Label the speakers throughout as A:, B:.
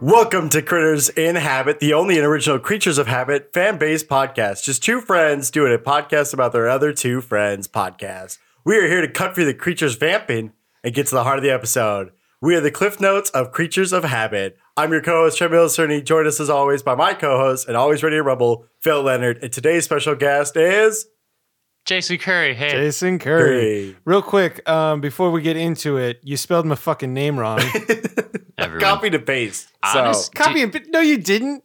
A: Welcome to Critters in Habit, the only and original Creatures of Habit fan based podcast. Just two friends doing a podcast about their other two friends' podcast. We are here to cut through the creatures vamping and get to the heart of the episode. We are the Cliff Notes of Creatures of Habit. I'm your co host, Trevor Cerny, joined us as always by my co host and always ready to rumble, Phil Leonard. And today's special guest is.
B: Jason Curry, hey.
C: Jason Curry.
A: Curry.
C: Real quick, um, before we get into it, you spelled my fucking name wrong.
B: everyone.
A: Copy to paste.
B: Honest-
C: Copy and pa- no, you didn't.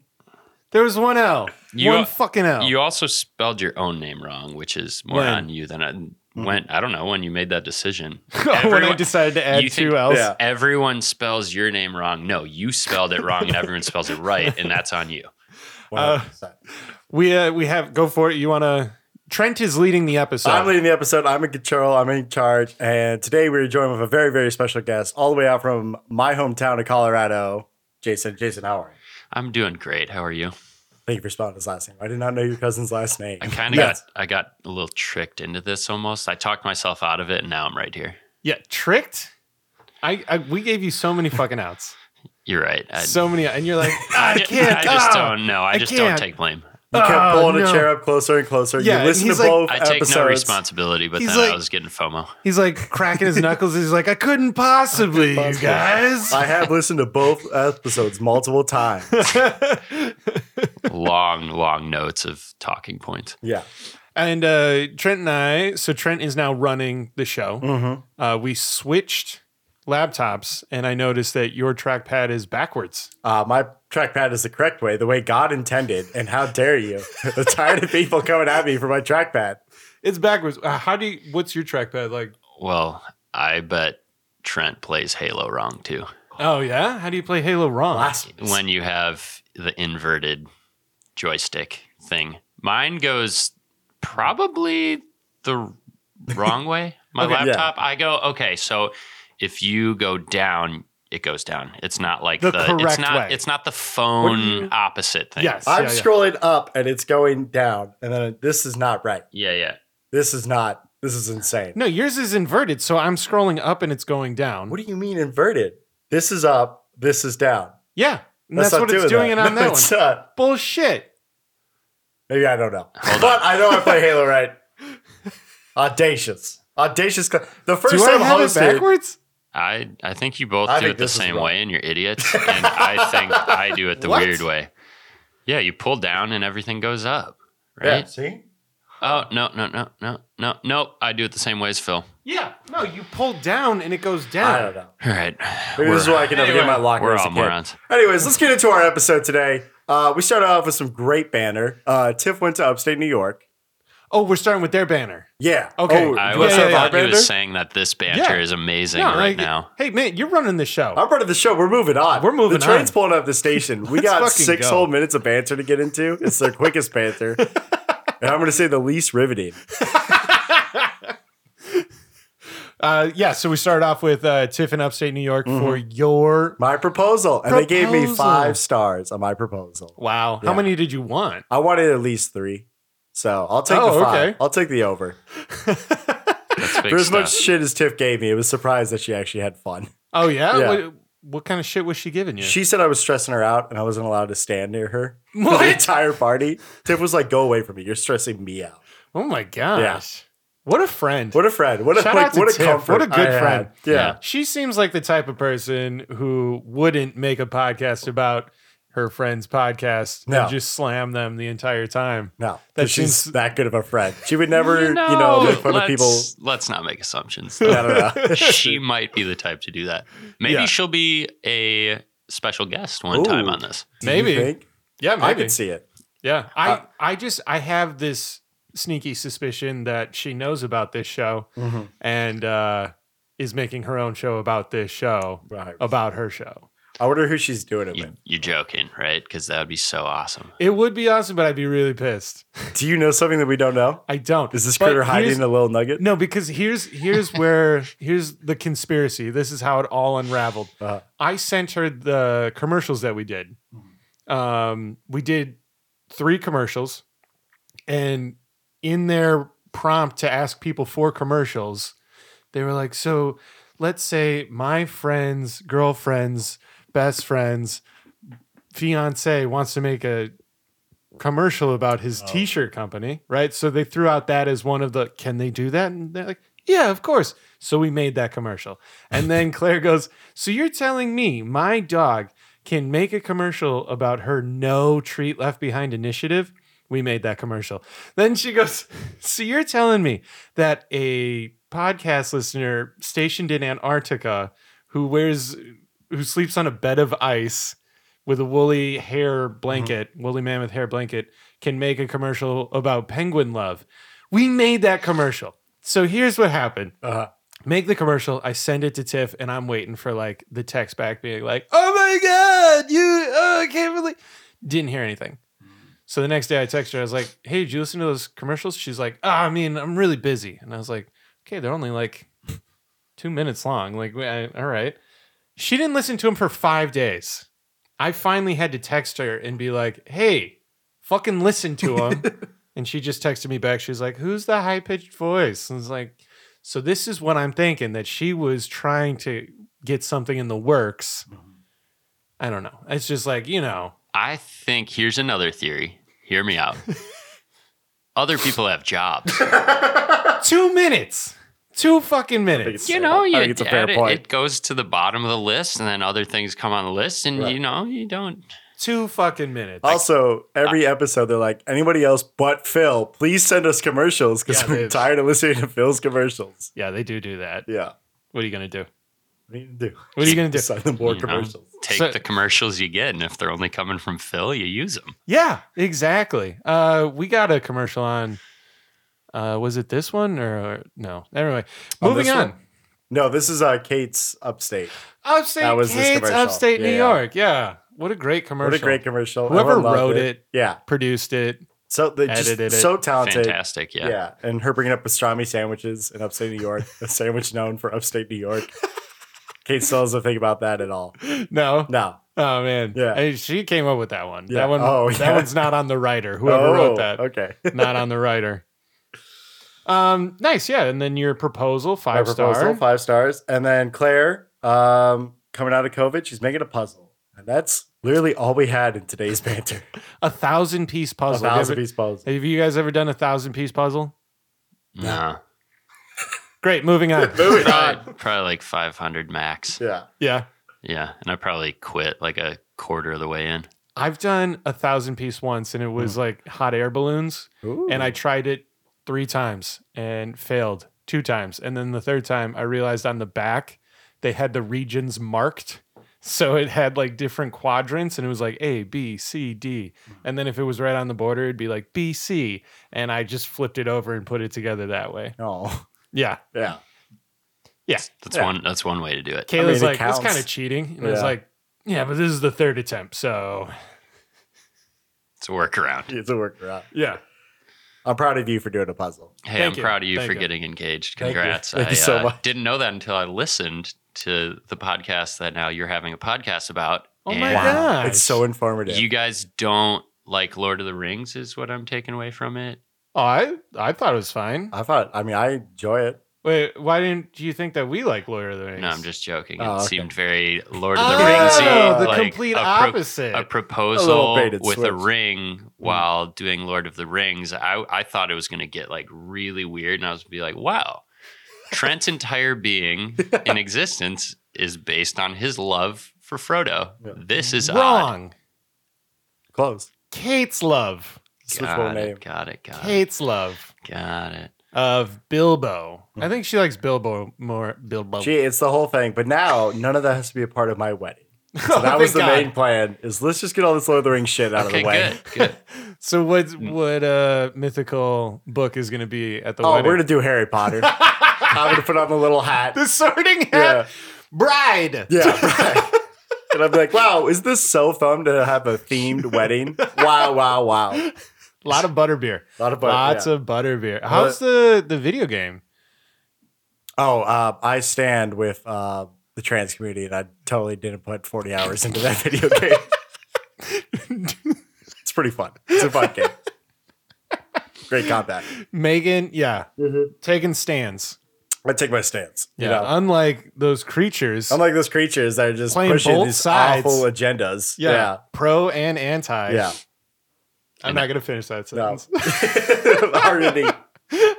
C: There was one L.
B: You-
C: one fucking L.
B: You also spelled your own name wrong, which is more
C: When? Mm.
B: on you than on when. I don't know when you made that decision.
C: when I
B: Everyone-
C: decided to add
B: you think-
C: two L's.
A: Yeah.
B: Everyone spells your name wrong. No, you spelled it wrong, and everyone spells it right, and that's on you. uh,
A: Wow.
C: We uh, we have go for it. You want to? Trent is leading the episode.
A: I'm leading the episode. I'm in control. I'm in charge. And today we're joined with a very, very special guest, all the way out from my hometown of Colorado, Jason. Jason, how are you?
B: I'm doing great. How are you?
A: Thank you for spelling his last name. I did not know your cousin's last name.
B: I kind of got I got a little tricked into this almost. I talked myself out of it, and now I'm right here.
C: yeah, tricked. I, I we gave you so many fucking outs.
B: You're right. I,
C: so many, and you're like,
B: I,
C: "Ah, I
B: ju-
C: can't.
B: I just
C: ah."
B: don't know. I,
C: I
B: just
C: can't.
B: don't take blame.
A: You kept
C: Oh,
A: pulling a
C: no.
A: chair up closer and closer.
C: Yeah,
A: you
C: and
A: listened to
C: he's like,
A: both
B: I take
A: episodes.
B: no responsibility, but
C: He's
B: then I
C: like-
B: was getting FOMO.
C: He's like cracking his knuckles. He's like, I couldn't possibly, you guys.
A: I have listened to both episodes multiple times.
B: long, long notes of talking points.
A: Yeah.
C: And uh, Trent and I, so Trent is now running the show. Uh, we switched laptops, and I noticed that your trackpad is backwards.
A: Uh, my trackpad is the correct way, the way God intended. And how dare you? I'm tired of people coming at me for my trackpad.
C: It's backwards. Uh, How do you, what's your trackpad like?
B: Well, I bet Trent plays Halo wrong too.
C: Oh, yeah? How do you play Halo wrong?
A: Blasphemous.
B: When you have the inverted joystick thing, mine goes probably the wrong way. My
A: Okay, yeah.
B: laptop, I go, okay, so if you go down, it goes down. It's not like
C: The
B: the,
C: correct
B: it's not
C: way.
B: it's not the
C: What do you-
B: phone opposite thing.
C: Yes.
A: I'm
C: yeah, yeah.
A: scrolling up and it's going down, and then it- this is not right.
B: Yeah, yeah.
A: This is not. This is insane.
C: No, yours is inverted, so I'm scrolling up and it's going down.
A: What do you mean inverted? This is up. This is down.
C: yeah. And
A: That's
C: that's,
A: not
C: what it's doing
A: doing
C: it
A: that.
C: on
A: No,
C: that
A: it's
C: one.
A: not.
C: Bullshit.
A: Maybe I don't know,
B: Hold
A: but I know I play Halo right. Audacious, audacious. cl- The first
C: Do I
A: time
C: have it
A: hosted,
C: backwards?
B: I I think you both
A: I
B: do
A: think
B: it the
A: this is
B: same
A: wrong.
B: way, and you're idiots. And I think I do it the
C: What?
B: weird way. Yeah, you pull down and everything goes up,
A: yeah.
B: right?
A: See,
B: Oh no no no no no no! I do it the same way as Phil.
C: Yeah. No, you pull down and it goes down.
A: I don't know.
B: All right,
A: Maybe this is why I can never get my locker.
B: we're
A: as a
B: all
A: kid.
B: morons.
A: Anyways, let's get into our episode today. Uh, we started off with some great banner. Uh, Tiff went to upstate New York.
C: Oh, we're starting with their banner.
A: Yeah.
C: Okay.
A: Oh,
B: I
A: you
B: was
A: wanna start with our
B: thought he
A: banner?
B: was saying that this banter
C: Yeah.
B: is amazing
C: Yeah,
B: right
C: like,
B: now.
C: Hey, man, you're running the show.
A: I'm part of the show. We're moving on.
C: We're moving
A: The train's
C: on.
A: pulling up the station. We
C: Let's
A: got
C: fucking
A: six
C: go.
A: whole minutes of banter to get into. It's the quickest banter. And I'm going to say the least riveting.
C: Uh, yeah, so we started off with uh, Tiff in upstate New York for
A: Mm-hmm.
C: your.
A: My proposal. And they gave me
C: Proposal.
A: five stars on my proposal.
C: Wow. How
A: Yeah.
C: many did you want?
A: I wanted at least three. So I'll take
C: Oh,
A: the five.
C: okay.
A: I'll take the over.
B: That's big
A: For as much
B: stuff.
A: shit as Tiff gave me, it was surprised that she actually had fun.
C: Oh, yeah?
A: Yeah.
C: What, what kind of shit was she giving you?
A: She said I was stressing her out and I wasn't allowed to stand near her. for The
C: What?
A: entire party. Tiff was like, go away from me. You're stressing me out.
C: oh, my gosh. What a friend.
A: What a friend. What a,
C: Shout
A: like,
C: out to
A: what a
C: Tiff.
A: comfort.
C: What a good
A: I had.
C: friend.
A: yeah.
C: she seems like the type of person who wouldn't make a podcast about her friend's podcast
A: No.
C: and just slam them the entire time.
A: No,
C: That
A: 'cause she's
C: seems-
A: that good of a friend. She would never, you know, make fun of
B: let's,
A: people.
B: Let's not make assumptions.
A: I
B: though.
A: don't know.
B: she might be the type to do that. Maybe
C: Yeah.
B: she'll be a special guest one
A: Ooh.
B: time on this.
A: Do you
C: Maybe.
A: think?
C: Yeah, maybe.
A: I could see it.
C: Yeah. I,
A: Uh,
C: I just, I have this sneaky suspicion that she knows about this show
A: Mm-hmm.
C: and uh, is making her own show about this show
A: Right.
C: about her show.
A: I wonder who she's doing it
B: You,
A: with.
B: you're joking, right? Because that would be so awesome.
C: It would be awesome, but I'd be really pissed.
A: Do you know something that we don't know?
C: I don't.
A: Is this
C: But
A: critter
C: here's-
A: hiding a little nugget?
C: No, because here's here's where here's the conspiracy. This is how it all unraveled.
A: Uh-huh.
C: I sent her the commercials that we did. Um, we did three commercials, and in their prompt to ask people for commercials, they were like, "So, let's say my friend's girlfriend's best friend's fiance wants to make a commercial about his
A: Oh.
C: t-shirt company, right? So they threw out that as one of the can they do that? And they're like, yeah, of course. So we made that commercial. And then Claire goes, "So you're telling me my dog can make a commercial about her no treat left behind initiative?" We made that commercial. Then she goes, "So you're telling me that a podcast listener stationed in Antarctica who wears who sleeps on a bed of ice with a woolly hair blanket, woolly mammoth hair blanket, can make a commercial about penguin love. We made that commercial. So here's what happened.
A: Uh,
C: Make the commercial. I send it to Tiff, and I'm waiting for like the text back being like, "Oh my god, you! Oh, I can't believe." Didn't hear anything. So the next day, I text her. I was like, "Hey, did you listen to those commercials?" She's like, "Ah, I mean, I'm really busy." And I was like, "Okay, they're only like two minutes long. Like, we- I- all right." She didn't listen to them for five days. I finally had to text her and be like, "Hey, fucking listen to them." and she just texted me back. She's like, "Who's the high pitched voice?" And I was like. So this is what I'm thinking that she was trying to get something in the works.
A: Mm-hmm.
C: I don't know. It's just like, you know,
B: I think here's another theory. Hear me out. Other people have jobs.
C: two minutes. Two fucking minutes.
A: it's-
B: You know,
A: I
B: you
A: think it's a fair
B: add it,
A: point.
B: it goes to the bottom of the list, and then other things come on the list, and
A: Right.
B: you know, you don't.
C: Two fucking minutes.
A: also, every episode they're like, anybody else but Phil, please send us commercials because
C: Yeah,
A: we're
C: they've-
A: tired of listening to Phil's commercials.
C: yeah, they do do that.
A: Yeah.
C: What are you going to do?
A: What are you gonna do? Mm-hmm.
C: What are you going to do?
A: Send them more
B: You know.
A: commercials.
B: Take
C: So-
B: the commercials you get, and if they're only coming from Phil, you use them.
C: Yeah, exactly. Uh, we got a commercial on. Uh, was it this one or, or no? Anyway,
A: On
C: moving
A: this
C: on.
A: one? No, this is uh, Kate's upstate.
C: Upstate
A: That was this
C: Kate's
A: commercial.
C: upstate New
A: Yeah.
C: York. Yeah. What a great commercial.
A: What a great commercial.
C: Whoever
A: Everyone loved
C: wrote it.
A: Yeah.
C: produced it.
A: So they just
C: Edited it.
A: so talented.
B: Fantastic, yeah.
A: Yeah. And her bringing up pastrami sandwiches in upstate New York, a sandwich known for upstate New York. Kate still doesn't think about that at all.
C: No.
A: No.
C: Oh man,
A: Yeah.
C: Hey, she came up with that one.
A: Yeah.
C: That one,
A: Oh,
C: that
A: yeah.
C: one's not on the writer. Whoever wrote
A: Oh,
C: that,
A: Okay.
C: not on the writer. Um, nice, yeah. And then your proposal,
A: My
C: five
A: proposal,
C: star.
A: Five stars. And then Claire, um, coming out of COVID, she's making a puzzle. And that's literally all we had in today's banter.
C: a thousand piece
A: a
C: puzzle. Have you
A: thousand
C: ever-
A: piece puzzle.
C: Have you guys ever done a thousand piece puzzle?
B: No,
C: Great. Moving on.
A: Moving on.
B: probably, probably like 500 max.
A: Yeah.
C: yeah,
B: Yeah, and I probably quit like a quarter of the way in.
C: I've done a thousand piece once, and it was
A: Hmm.
C: like hot air balloons, and I tried it three times and failed two times, and then the third time I realized on the back they had the regions marked. So it had like different quadrants and it was like A, B, C, D.
A: Mm-hmm.
C: And then if it was right on the border, it'd be like B, C. And I just flipped it over and put it together that way.
A: Oh.
C: Yeah.
A: Yeah.
B: That's
A: Yeah.
B: one. That's one way to do it.
C: Kayla's
A: it
C: like, that's
A: counts."
C: kind of cheating. And I was
A: Yeah.
C: like, yeah, but this is the third attempt. So
B: It's a workaround.
A: It's a workaround.
C: yeah.
A: I'm proud of you for doing a puzzle.
B: Hey,
C: Thank
B: I'm
C: you.
B: proud of you
C: Thank
B: for
C: you.
B: getting engaged.
A: Thank you.
B: Congrats.
A: Thank
B: I uh,
A: you so much.
B: didn't know that until I listened to the podcast that now you're having a podcast about.
C: Oh my
B: And
C: gosh.
A: It's so informative.
B: You guys don't like Lord of the Rings, is what I'm taking away from it.
C: Oh, I, I thought it was fine.
A: I thought, I mean, I enjoy it.
C: Wait, why didn't you think that we like Lawyer of the Rings?
B: No, I'm just joking. It
A: Oh, okay.
B: seemed very Lord of the Ringsy.
C: Oh,
A: Rings-y,
C: the
B: like
C: complete
B: a pro-
C: opposite.
B: A proposal
A: baited
B: with a
A: switch. Mm-hmm.
B: ring while doing Lord of the Rings. I, I thought it was going to get like really weird, and I was gonna be like, wow, Trent's entire being in existence is based on his love for Frodo.
A: Yeah.
B: This is odd.
C: Wrong.
A: Close.
C: Kate's love.
A: Switch
B: Got
A: one
B: it,
A: name.
B: got it. Got it.
C: Kate's love
B: Got it.
C: of Bilbo. I think she likes Bilbo more. Bilbo.
A: Hmm. Gee, it's the whole thing. But now none of that has to be a part of my wedding.
C: Oh,
A: So that
C: thank
A: was the
C: God.
A: main plan is let's just get all this Lord of the Rings shit out
B: Okay,
A: of the way.
B: good. good.
C: So what?
B: Hmm.
C: What uh, mythical book is going to be at the
A: Oh,
C: wedding?
A: we're gonna do Harry Potter. I'm gonna put on the little hat.
C: the Sorting Hat
A: Yeah.
C: bride.
A: Yeah. right. and I'm like, wow, is this so fun to have a themed wedding? Wow, wow, wow. A
C: A lot of butterbeer.
A: lot of fun.
C: Lots
A: yeah. Uh,
C: of butterbeer. How's the the video game?
A: Oh, uh, I stand with uh, the trans community, and I totally didn't put 40 hours into that video game. it's pretty fun. It's a fun game. Great combat. Mm-hmm.
C: Megan, yeah, taking stands.
A: I take my stance.
C: Yeah.
A: You know?
C: Unlike those creatures.
A: Unlike those creatures that are just
C: Playing
A: pushing
C: both
A: these
C: sides.
A: awful agendas.
C: yeah,
A: Yeah.
C: Pro and anti.
A: Yeah.
C: I'm not gonna finish that
A: No.
C: sentence.
A: Harder to-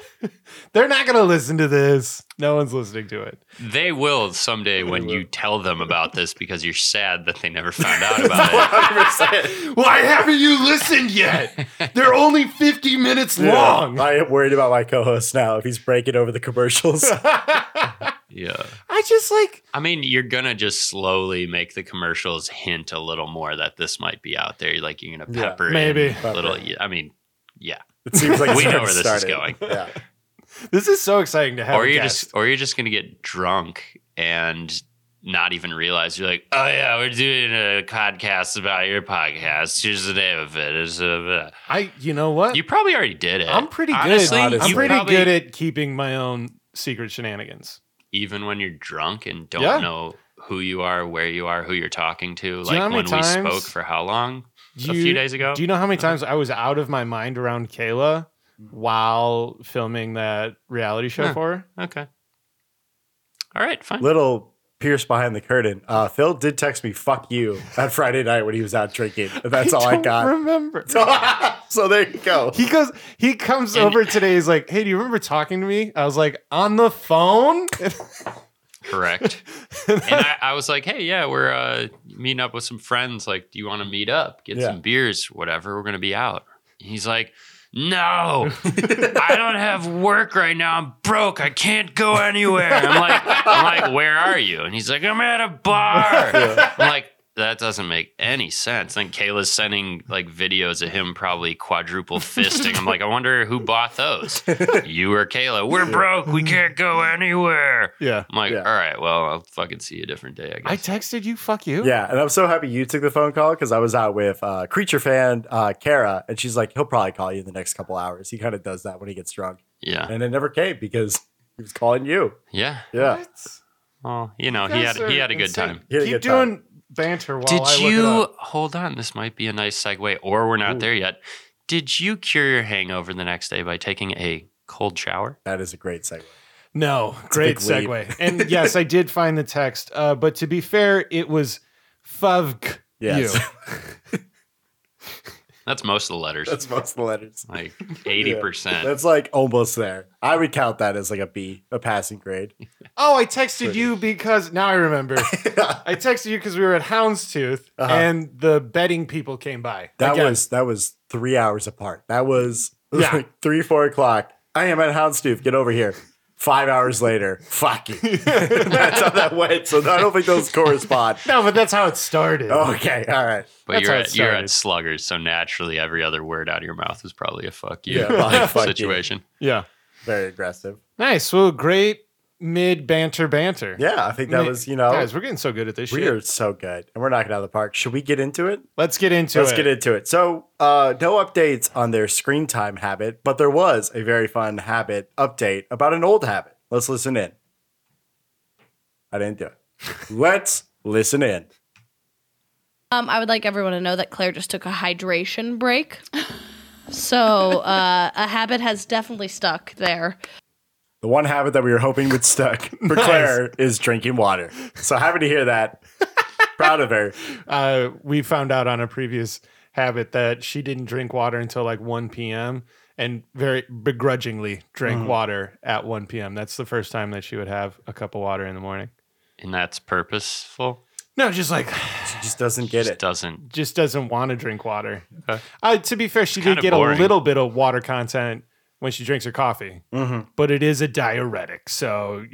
C: They're not gonna listen to this. No one's listening to it.
B: They will someday when
C: will.
B: you tell them about this because you're sad that they never found out about
A: 100%.
C: Why haven't you listened yet? They're only 50 minutes
A: Yeah. I am worried about my co-host now if he's breaking over the commercials.
C: I
B: it. Yeah.
C: just like
B: I mean, you're gonna just slowly make the commercials hint a little more that this might be out there. Like you're gonna
A: Yeah,
B: pepper
C: maybe.
B: in
A: Pepper.
B: little. yeah, I mean, yeah,
A: It seems like it's
B: We know
A: already
B: where this is
A: started.
B: going.
A: Yeah.
C: this is so exciting to have.
B: or
C: a
B: you're
C: guest.
B: just or you're just gonna get drunk and not even realize you're like, oh yeah, we're doing a podcast about your podcast. Here's the name of it. It's a,
C: I you know what?
B: you probably already did it.
C: I'm pretty good.
B: Honestly,
A: Honestly.
C: I'm
B: you
C: pretty
B: probably-
C: good at keeping my own secret shenanigans.
B: even when you're drunk and don't
C: Yeah.
B: know who you are, where you are, who you're talking to.
C: you know how
B: Like
C: many
B: when
C: times-
B: we spoke for how long?
C: Do
B: a
C: you-
B: few days ago.
C: Do you know how many times I was out of my mind around Kayla while filming that reality show
B: Huh.
C: for her?
B: Okay. All right, fine.
A: Little Pierce behind the curtain. Uh, Phil did text me "fuck you" that Friday night when he was out drinking. and That's all I
C: don't
A: got.
C: Remember.
A: so there you go.
C: He goes. He comes
B: And-
C: over today. He's like, "Hey, do you remember talking to me?" I was like, "On the phone."
B: Correct. and I, I was like, hey, yeah, we're uh, meeting up with some friends. Like, do you want to meet up, get
A: Yeah.
B: some beers, whatever? We're going to be out. And he's like, no, I don't have work right now. I'm broke. I can't go anywhere. I'm like, I'm like, where are you? And he's like, I'm at a bar. I'm like, that doesn't make any sense. And Kayla's sending like videos of him probably quadruple fisting. I'm like, I wonder who bought those. You or Kayla? We're broke. We can't go anywhere.
C: yeah.
B: I'm like,
A: Yeah.
B: all right, well, I'll fucking see you a different day, I
C: I
B: guess.
C: texted you. Fuck you.
A: Yeah, and I'm so happy you took the phone call because I was out with uh, creature fan uh, Kara, and she's like, "He'll probably call you in the next couple hours." He kind of does that when he gets drunk,
B: yeah.
A: and it never came because he was calling you.
B: Yeah.
A: Yeah,
C: What?
B: Well, you know, Uh, he had
C: Guys are
B: he had a good
C: insane.
B: time.
A: He had a
C: Keep
A: good time.
C: doing banter while
B: Did
C: I look it
B: you
C: up.
B: hold on, this might be a nice segue, or we're not
A: Ooh.
B: there yet. Did you cure your hangover the next day by taking a cold shower?
A: That is a great segue.
C: No,
A: a
C: great
A: big leap.
C: segue. and yes, I did find the text. Uh, but to be fair, it was fuvk
A: Yes.
C: you.
B: That's most of the letters.
A: That's most of the letters.
B: like eighty percent.
A: That's like almost there. I would count that as like a B, a passing grade.
C: Oh, I texted
A: Pretty.
C: you because now I remember.
A: that
C: I texted you because we were at Houndstooth
A: Uh-huh.
C: and the betting people came by. Again,
A: was that was three hours apart. That was
C: Yeah.
A: like three, four o'clock. I am at Houndstooth. Get over here. Five hours later, fuck you. That's how that went. So I don't think those correspond.
C: no, but that's how it started.
A: Oh, Okay, all right.
B: But
C: That's
B: you're
C: how it
B: at, you're
C: started.
B: at sluggers, so naturally every other word out of your mouth is probably a fuck you
A: Yeah, probably fuck you.
B: situation.
C: Yeah.
A: Very aggressive.
C: Nice. Well, great mid banter banter.
A: Yeah, I think that was you know
C: Guys, we're getting so good at this
A: we
C: shit.
A: are so good, and we're knocking it out of the park. Should we get into it?
C: Let's get into
A: Let's
C: it.
A: get into it. So, uh, no updates on their screen time habit, but there was a very fun habit update about an old habit. Let's listen in. I didn't do it. Let's listen in.
D: Um, I would like everyone to know that Claire just took a hydration break. So uh, a habit has definitely stuck there.
A: The one habit that we were hoping would stuck for
C: Nice.
A: Claire is drinking water. So happy to hear that. Proud of her.
C: uh, we found out on a previous habit that she didn't drink water until like 1 p.m. and very begrudgingly
A: Mm.
C: drank water at 1 p.m. That's the first time that she would have a cup of water in the morning.
B: And that's purposeful.
C: No, just like
A: She just doesn't get
B: Just
A: it.
B: doesn't
C: just doesn't want to drink water.
B: Okay.
C: Uh, to be fair, she did
B: kinda
C: get
B: boring.
C: a little bit of water content when she drinks her coffee,
A: Mhm.
C: but it is a diuretic, so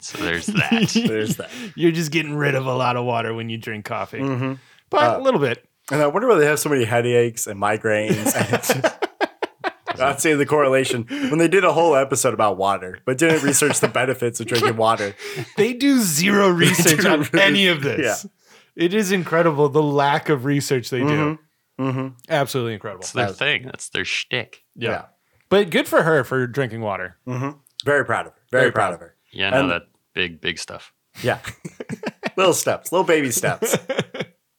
B: so there's that.
A: There's that.
C: you're just getting rid of a lot of water when you drink coffee.
A: Mhm.
C: But
A: Uh,
C: a little bit.
A: And I wonder why they have so many headaches and migraines. And not seeing the correlation when they did a whole episode about water, but didn't research the benefits of drinking water.
C: They do zero research
A: do
C: on
A: really-
C: any of this. It is incredible the lack of research they do.
A: Mhm.
C: Absolutely incredible.
B: That's their thing. That's their shtick.
C: Yeah. But good for her for drinking water.
A: Very proud of her. Very,
C: Very
A: proud
C: proud.
A: of her.
B: Yeah, no,
A: And-
B: that big, big stuff.
A: Yeah. little steps, little baby steps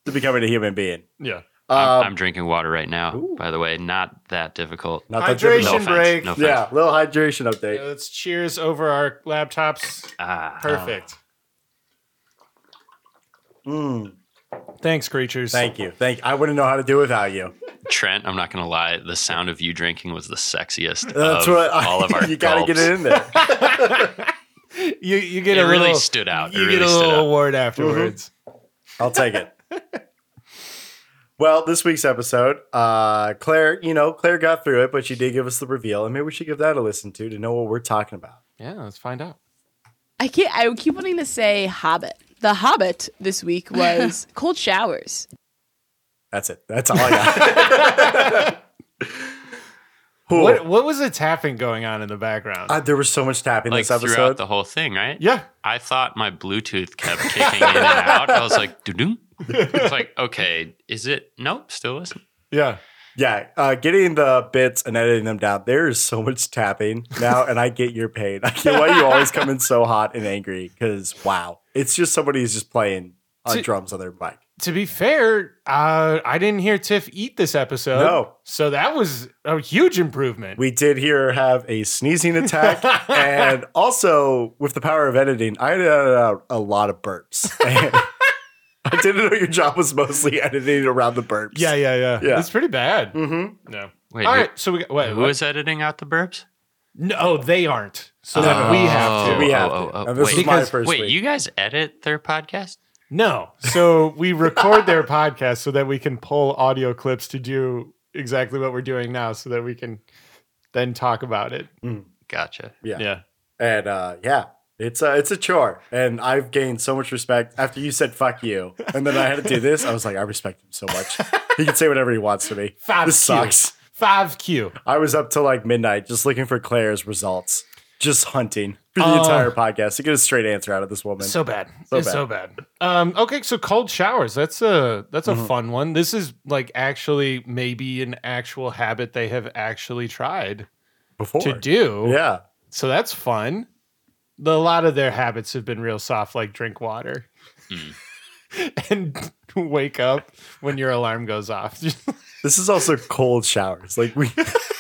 A: to becoming a human being.
C: Yeah.
B: I'm,
A: Um,
B: I'm drinking water right now,
A: Ooh.
B: by the way. Not that difficult.
A: not that
C: Hydration
A: difficult.
B: No offense,
C: break. Uh,
B: no offense.
A: Yeah, little hydration update.
C: Let's cheers over our laptops.
B: Ah.
C: Perfect.
B: Ah.
A: Mm,
C: Thanks, creatures.
A: thank you. Thank. I wouldn't know how to do without you.
B: Trent, I'm not gonna lie. The sound of you drinking was the sexiest
A: That's
B: of
A: what I,
B: all of our.
A: you got to get
B: gulps.
A: it in there.
C: you. You get
B: It
C: a
B: really
C: little,
B: stood out. It
C: You
B: really
C: get a
B: stood
C: little
B: out.
C: award
A: Mm-hmm.
C: afterwards.
A: I'll take it. well, this week's episode, uh, Claire, you know, Claire got through it, but she did give us the reveal, and maybe we should give that a listen to to know what we're talking about.
C: Yeah, let's find out.
E: I keep I keep wanting to say Hobbit. The Hobbit this week was cold showers.
A: That's it. That's all I got. Cool.
C: What What was the tapping going on in the background?
A: Uh, there was so much tapping
B: Like
A: this
B: throughout
A: episode.
B: the whole thing, right?
C: yeah,
B: I thought my Bluetooth kept kicking in and out. I was like, doo It's like, okay, is it? Nope, still isn't.
C: yeah.
A: yeah, uh, getting the bits and editing them down. There is so much tapping now, and I get your pain. I get why you always come in so hot and angry. Because wow, it's just somebody who's just playing on
C: To-
A: drums on their mic.
C: To be fair, uh, I didn't hear Tiff eat this episode.
A: No.
C: so that was a huge improvement.
A: We did hear her have a sneezing attack. and also, with the power of editing, I edited out a lot of burps. I didn't know your job was mostly editing around the burps.
C: yeah, yeah, yeah,
A: Yeah.
C: It's pretty bad.
A: Mm-hmm.
C: No.
B: Wait,
C: All
B: who-
C: right. So we got, wait,
B: who
C: what?
B: is editing out the burps?
C: No, they aren't. So
A: Oh.
C: then we have to.
A: We have
B: oh,
A: to.
B: oh, oh.
A: Now, this
B: Wait,
A: is my
C: because-
A: first
B: Wait,
A: week.
B: you guys edit their podcast?
C: No. So we record their podcast so that we can pull audio clips to do exactly what we're doing now so that we can then talk about it.
B: Gotcha.
A: Yeah. and uh, yeah, it's a, it's a chore. And I've gained so much respect after you said fuck you. And then I had to do this. I was like, I respect him so much. he can say whatever he wants to me.
C: Five
A: This
C: Q.
A: sucks.
C: Five Q.
A: I was up till like midnight just looking for Claire's results, just hunting for the
C: Oh.
A: entire podcast to get a straight answer out of this woman.
C: So bad.
A: So
C: it's
A: bad.
C: so bad. Um, okay, so cold showers. That's a that's a fun one. This is like actually maybe an actual habit they have actually tried
A: before.
C: to do.
A: Yeah.
C: So that's fun. The, a lot of their habits have been real soft, like drink water and wake up when your alarm goes off.
A: This is also cold showers. Like we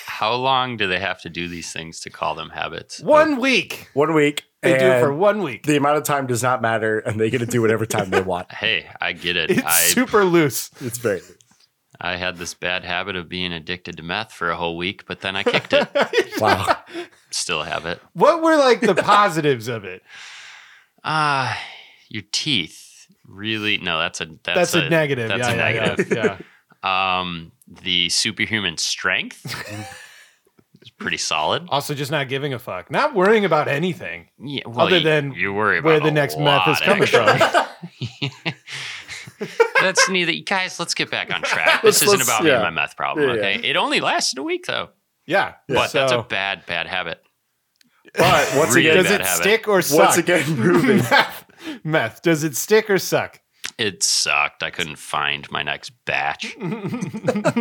B: How long do they have to do these things to call them habits?
C: one week.
A: one week
C: They do it
A: and
C: for one week.
A: the amount of time does not matter, and they get to do whatever time they want.
B: Hey, I get it.
C: It's
B: I
C: super loose.
A: It's very
B: I had this bad habit of being addicted to meth for a whole week, but then I kicked it.
A: wow.
B: Still have it.
C: What were like the positives of it?
B: Ah, your teeth really? No, that's a that's,
C: That's, a, negative.
B: That's
C: yeah,
B: a
C: yeah, yeah,
B: negative.
C: Yeah,
B: Um, the superhuman strength is pretty solid.
C: Also, just not giving a fuck, not worrying about anything
B: Yeah, well,
C: Other
B: you-
C: than
B: you worry about
C: where the
B: a
C: next meth is
B: lot,
C: coming
B: actually.
C: from.
B: That's neither. Guys, let's get back on track.
A: Let's-
B: This isn't
A: let's-
B: about me and
A: yeah.
B: my meth problem.
A: Yeah, yeah.
B: okay, it only lasted a week though,
C: Yeah.
B: but that's a
C: So,
B: bad, bad habit.
A: But once
B: Really
A: again,
C: does
B: bad
C: it
B: habit.
C: stick or suck?
A: once again proving
C: meth, meth. Does it stick or suck?
B: It sucked. I couldn't find my next batch.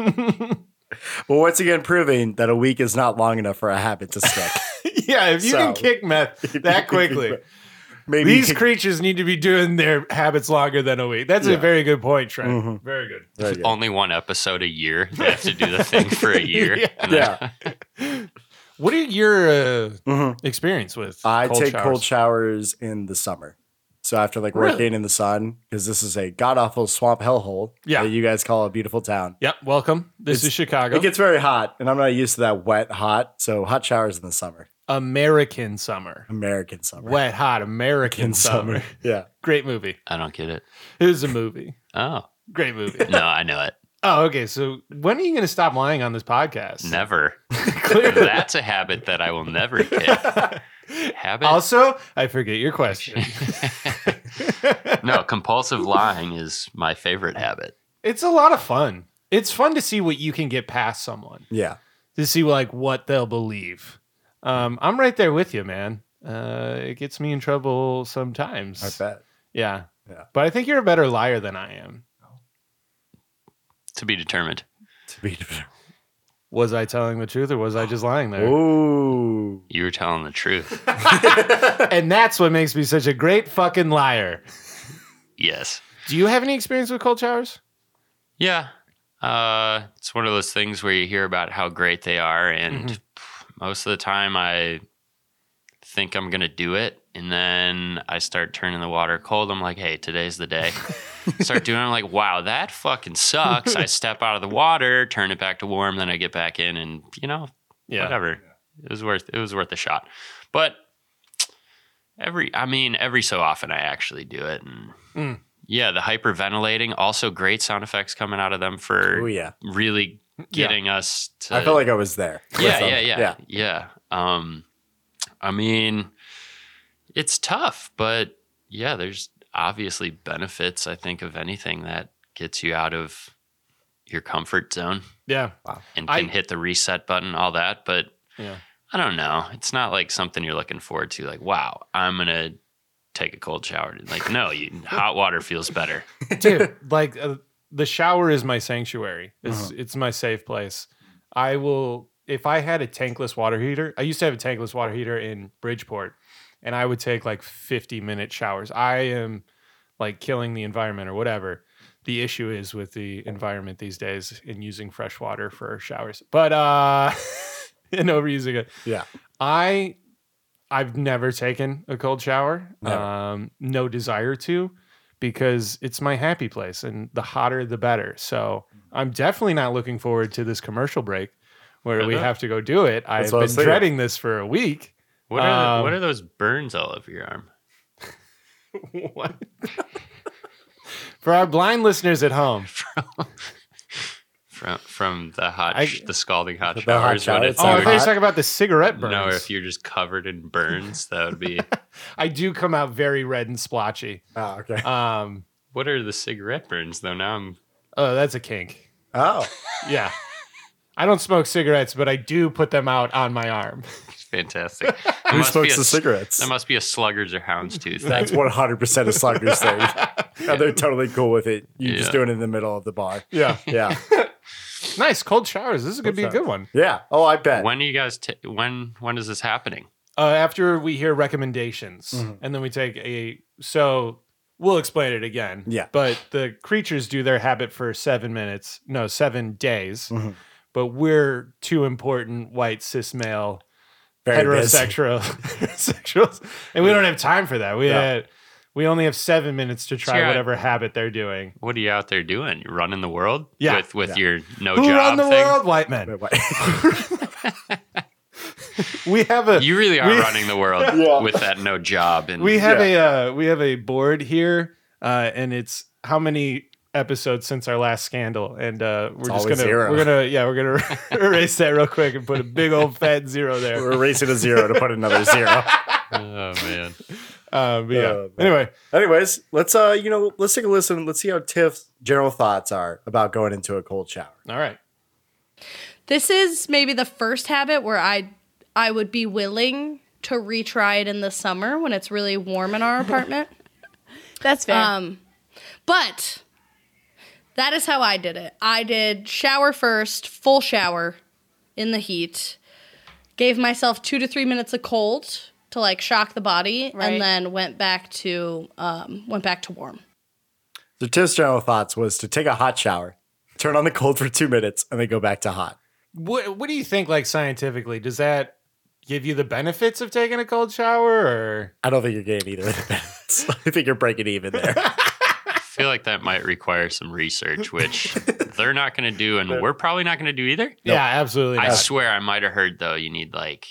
A: but once again proving that a week is not long enough for a habit to stick.
C: yeah, if you can
A: So-
C: kick meth that quickly,
A: Maybe you
C: these
A: can-
C: creatures need to be doing their habits longer than a week. That's
A: Yeah.
C: a very good point, Trent.
A: Mhm.
C: Very good.
A: There you go.
B: Only one episode a year. They have to do the thing for a year.
C: Yeah.
B: And then-
A: Yeah.
C: What are your uh,
A: Mhm.
C: experience with?
A: I take
C: showers?
A: cold showers in the summer. So after like
C: Really?
A: working in the sun, because this is a god awful swamp hellhole
C: Yeah.
A: that you guys call a beautiful town.
C: Yep. Welcome. This
A: It's-
C: is Chicago.
A: It gets very hot, and I'm not used to that wet hot. So hot showers in the summer,
C: American summer.
A: American summer,
C: Wet hot American
A: in
C: summer.
A: summer. Yeah,
C: Great movie.
B: I don't get it.
C: It was a movie.
B: Oh
C: Great movie.
B: no, I know it.
C: oh, okay. So when are you going to stop lying on this podcast?
B: Never.
C: Clearly.
B: That's a habit that I will never get. Habit.
C: also, I forget your question.
B: no, compulsive lying is my favorite habit.
C: it's a lot of fun. It's fun to see what you can get past someone
A: yeah.
C: to see like what they'll believe. Um, I'm right there with you, man. Uh, it gets me in trouble sometimes.
A: I bet.
C: Yeah.
A: Yeah.
C: But I think you're a better liar than I am.
B: To be determined.
A: To be
C: Was I telling the truth or was I just lying there?
A: Ooh,
B: You were telling the truth.
C: And that's what makes me such a great fucking liar.
B: Yes.
C: Do you have any experience with cold showers?
B: Yeah. Uh, it's one of those things where you hear about how great they are, and pff, most of the time I think I'm gonna do it, and then I start turning the water cold. I'm like, hey, today's the day. start doing. It, I'm like, wow, that fucking sucks. I step out of the water, turn it back to warm, then I get back in, and you know, whatever. It was worth it was worth a shot. But every I mean, every so often I actually do it and
C: Mm.
B: yeah, the hyperventilating, also great sound effects coming out of them for
A: Oh yeah,
B: really getting us to
A: I felt like I was there. um,
B: yeah, yeah, yeah, yeah, Um, I mean, it's tough, but yeah, there's obviously benefits. I think of anything that gets you out of your comfort zone
C: Yeah.
B: and
C: I-
B: can hit the reset button, all that. But
C: Yeah.
B: I don't know. It's not like something you're looking forward to. Like, wow, I'm gonna take a cold shower. Like, no, you, hot water feels better.
C: dude like uh, the shower is my sanctuary it's
A: Uh-huh.
C: it's my safe place i will if i had a tankless water heater i used to have a tankless water heater in bridgeport and i would take like 50 minute showers i am like killing the environment or whatever the issue is with the environment these days in using fresh water for showers but uh and overusing it
A: Yeah.
C: i i've never taken a cold shower
A: Never.
C: um no desire to because it's my happy place and the hotter the better. So
A: Mm-hmm.
C: I'm definitely not looking forward to this commercial break where we
B: Uh-huh.
C: have to go do it.
A: what
C: I've
A: I
C: been
A: was thinking.
C: dreading this for a week.
B: What are
C: Um,
B: what are those burns all over your arm?
C: What? for our blind listeners at home.
B: From from the hot,
C: I-
B: sh- the scalding hot
A: The hot
B: showers
A: shower,
B: when
A: it
B: it's
C: Oh, I
A: sounded
B: like
C: thought you were
A: hot.
C: talking about the cigarette burns.
B: No, if you're just covered in burns, that would be.
C: I do come out very red and splotchy.
A: Oh okay.
C: Um,
B: what are the cigarette burns though? Now I'm.
C: oh, that's a kink.
A: Oh
C: Yeah. I don't smoke cigarettes, but I do put them out on my arm.
B: It's fantastic. That
A: who
B: must be
A: smokes
B: a
A: the
B: s-
A: cigarettes?
B: That must be a sluggers or houndstooth.
A: That's one hundred percent a slugger's thing. And they're totally cool with it. You're just
B: Yeah.
A: doing it in the middle of the bar.
C: Yeah.
A: Yeah,
C: nice. Cold showers. This is going to be a
A: showers.
C: good one.
A: yeah. Oh, I bet.
B: when are you guys? T- when when is this happening?
C: uh, after we hear recommendations
A: Mhm.
C: and then we take a so we'll explain it again
A: Yeah.
C: but the creatures do their habit for seven minutes no seven days
A: Mhm.
C: but we're two important white cis male
A: Very busy.
C: heterosexual sexuals and we don't have time for that we
A: No.
C: had- we only have seven minutes to try
B: Sure.
C: whatever habit they're doing
B: What are you out there doing? You running the world?
C: Yeah.
B: With with
A: Yeah.
B: your no
C: who
B: job
C: run the
B: thing.
C: world white men
A: Wait, what?
C: we have a
B: You really are
C: We-
B: running the world
A: Yeah.
B: with that no job. And
C: we have a uh, we have a board here, uh, and it's how many episodes since our last scandal, and uh, we're just
A: always
C: gonna
A: zero.
C: we're gonna yeah we're gonna erase that real quick and put a big old fat zero there.
A: We're erasing a zero to put another zero.
B: oh man,
C: Uh, but yeah.
A: Oh, man.
C: anyway,
A: Anyways, let's uh, you know, let's take a listen. Let's see how Tiff's general thoughts are about going into a cold shower.
C: all right.
D: This is maybe the first habit where I I would be willing to retry it in the summer when it's really warm in our apartment.
E: That's fair.
D: Um, but that is how I did it. I did shower first, full shower in the heat, gave myself two to three minutes of cold to like shock the body,
E: Right.
D: and then went back to um, went back to warm.
A: So Tiff's general thoughts was to take a hot shower, turn on the cold for two minutes, and then go back to hot.
C: What what do you think? Like scientifically, does that give you the benefits of taking a cold shower? Or
A: I don't think you're getting either of the benefits. I think you're breaking even there.
B: I feel like that might require some research, which they're not going to do, and we're probably not going to do either.
C: yeah, absolutely.
B: I
C: not.
B: swear I might have heard though you need like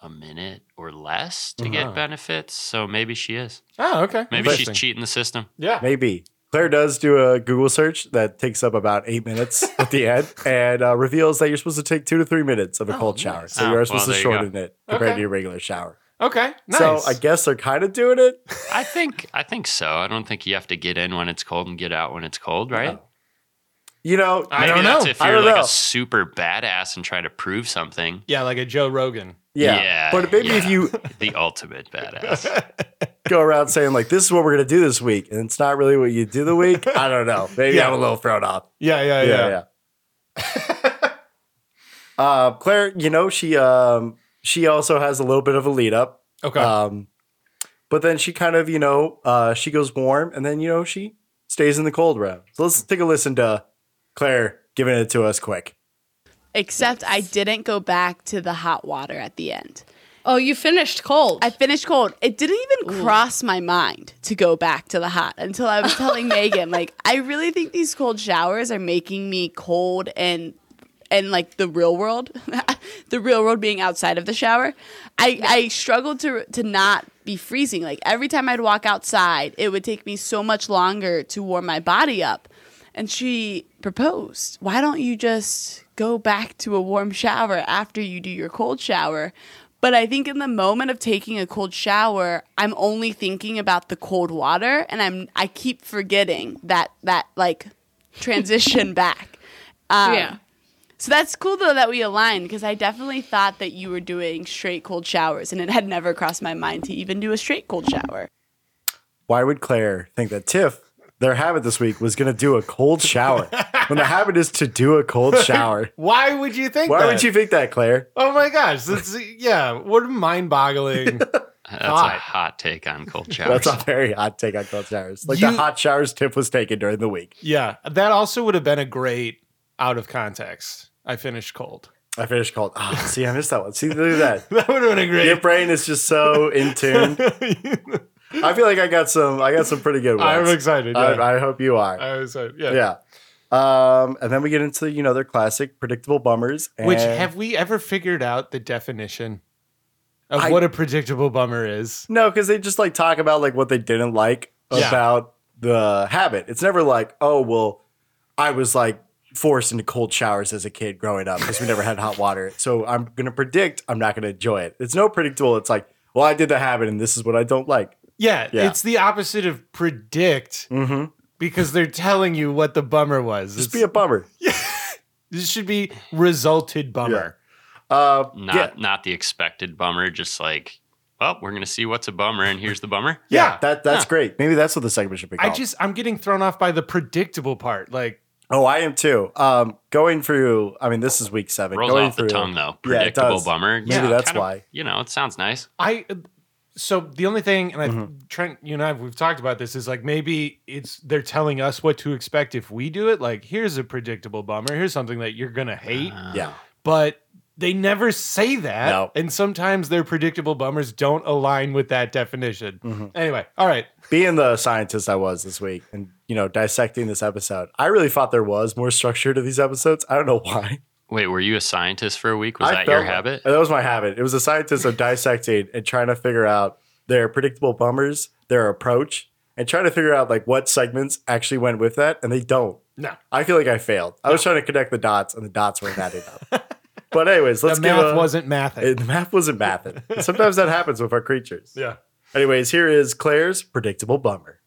B: a minute or less to
C: Uh-huh.
B: get benefits. So maybe she is.
C: oh, okay.
B: Maybe she's
C: Interesting.
B: cheating the system.
C: Yeah.
A: Maybe. Claire does do a Google search that takes up about eight minutes at the end and uh, reveals that you're supposed to take two to three minutes of a
C: Oh,
A: cold
C: nice.
A: shower. So
B: Oh,
A: you are
B: well,
A: supposed
B: there
A: to
B: you go.
A: shorten it compared
C: Okay.
A: to your regular shower.
C: Okay. Nice.
A: So I guess they're kind of doing it.
B: I think I think so. I don't think you have to get in when it's cold and get out when it's cold, right?
A: You know,
C: I don't
B: that's
C: know.
B: if
A: I
B: you're
A: don't
B: like
A: know.
B: a super badass and trying to prove something.
C: yeah, like a Joe Rogan.
A: yeah.
B: yeah,
A: but maybe if
B: yeah.
A: you
B: The ultimate badass.
A: go around saying like this is what we're gonna do this week, and it's not really what you do the week. I don't know. Maybe
C: Yeah.
A: I'm a little thrown off.
C: Yeah, yeah, yeah.
A: yeah. yeah. uh, Claire, you know she um she also has a little bit of a lead up,
C: Okay.
A: um, but then she kind of you know uh she goes warm, and then you know she stays in the cold round. So let's take a listen to Claire giving it to us quick.
E: Except I didn't go back to the hot water at the end.
D: Oh, you finished cold.
E: I finished cold. It didn't even cross my mind to go back to the hot until I was telling Megan, like, I really think these cold showers are making me cold and and like the real world, the real world being outside of the shower. I, I struggled to to not be freezing. Like every time I'd walk outside, it would take me so much longer to warm my body up. And she proposed, why don't you just go back to a warm shower after you do your cold shower? But I think in the moment of taking a cold shower, I'm only thinking about the cold water and I'm I keep forgetting that that like transition back. Um,
D: yeah.
E: So that's cool though that we aligned because I definitely thought that you were doing straight cold showers and it had never crossed my mind to even do a straight cold shower.
A: Why would Claire think that Tiff, their habit this week, was going to do a cold shower when the habit is to do a cold shower?
C: Why would you think
A: Why
C: that?
A: would you think that, Claire?
C: Oh my gosh. That's, yeah. What a mind boggling.
B: That's a
C: Hot.
B: hot take on cold showers.
A: That's a very hot take on cold showers. Like the
C: You-
A: hot showers Tiff was taking during the week.
C: yeah. That also would have been a great out of context. I finished cold.
A: I finished cold. Ah, see, I missed that one. See, look at that.
C: That would have been a great.
A: Your brain is just so in tune. I feel like I got some. I got some pretty good ones.
C: I'm excited. Yeah. I,
A: I, I hope you are.
C: was uh, yeah.
A: yeah. Um, and then we get into you know their classic predictable bummers. And
C: Which have we ever figured out the definition of
A: I-
C: what a predictable bummer is?
A: no, because they just like talk about like what they didn't like
C: Yeah.
A: about the habit. It's never like oh well, I was like forced into cold showers as a kid growing up because we never had hot water. So I'm gonna predict I'm not gonna enjoy it. It's no predictable. It's like well I did the habit and this is what I don't like.
C: Yeah,
A: Yeah.
C: it's the opposite of predict
A: Mm-hmm.
C: because they're telling you what the bummer was.
A: Just
C: It's-
A: be a bummer.
C: this should be resulted bummer.
A: Uh,
B: not
A: yeah.
B: not the expected bummer, just like, well, we're gonna see what's a bummer and here's the bummer.
A: Yeah,
C: Yeah.
A: that that's
B: Huh.
A: great. Maybe that's what the segment should be
C: I
A: called.
C: just I'm getting thrown off by the predictable part. Like
A: oh, I am too. Um, going through. I mean, this is week seven.
B: Rolls
A: going
B: off the
A: through-
B: tongue though.
A: Yeah, it
B: Predictable
A: does.
B: bummer.
A: Maybe that's
B: kinda-
A: why.
B: You know, it sounds nice.
C: I so the only thing and I
A: Mm-hmm.
C: Trent you and I we've talked about this is like maybe it's they're telling us what to expect if we do it. Like here's a predictable bummer. Here's something that you're going to hate.
A: Yeah,
C: but they never say that.
A: Uh-huh. No.
C: And sometimes their predictable bummers don't align with that definition.
A: Mhm.
C: Anyway, all right.
A: being the scientist I was this week, and you know, dissecting this episode, I really thought there was more structure to these episodes. I don't know why.
B: Wait, were you a scientist for a week? Was
A: I
B: that your
A: felt like-
B: habit?
A: That was my habit. It was a scientist of dissecting and trying to figure out their predictable bummers, their approach, and trying to figure out like what segments actually went with that, and they don't.
C: No.
A: I feel like I failed. I was trying to connect the dots, and the dots weren't adding up. but anyways, let's
C: the
A: give
C: math
A: a-
C: wasn't mathing.
A: It- the math wasn't mathing. And Sometimes that happens with our creatures.
C: yeah.
A: Anyways, here is Claire's predictable bummer.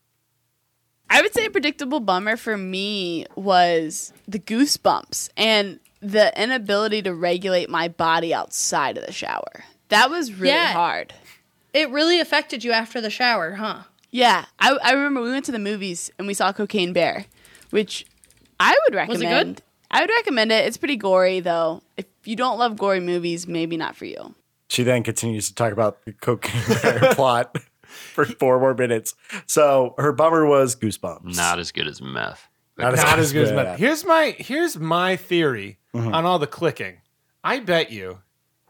E: I would say a predictable bummer for me was the goosebumps and the inability to regulate my body outside of the shower. That was really
D: Yeah.
E: hard.
D: it really affected you after the shower, huh?
E: Yeah, I, I remember we went to the movies and we saw Cocaine Bear, which I would
D: Was it
E: recommend.
D: good?
E: I would recommend it. It's pretty gory though. If you don't love gory movies, maybe not for you.
A: She then continues to talk about the cocaine bear plot for four more minutes. So her bummer was goosebumps.
B: Not as good as meth.
A: Not
C: Not as good as
A: Yeah.
C: math. Here's my here's my theory
A: Mm-hmm.
C: on all the clicking. I bet you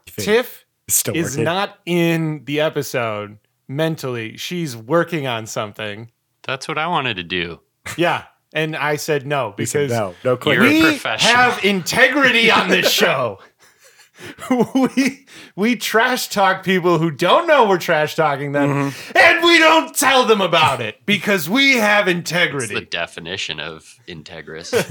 A: think?
C: Tiff
A: It's still
C: is
A: working.
C: not in the episode mentally. She's working on something.
B: That's what I wanted to do.
C: Yeah. And I said no
A: He said
C: because
A: no, no
B: You're a
A: click.
C: we
B: professional.
C: have integrity on this show. we we trash talk people who don't know we're trash talking them,
A: Mm-hmm.
C: and we don't tell them about it because we have
B: It's the
C: integrity.
B: definition of integris.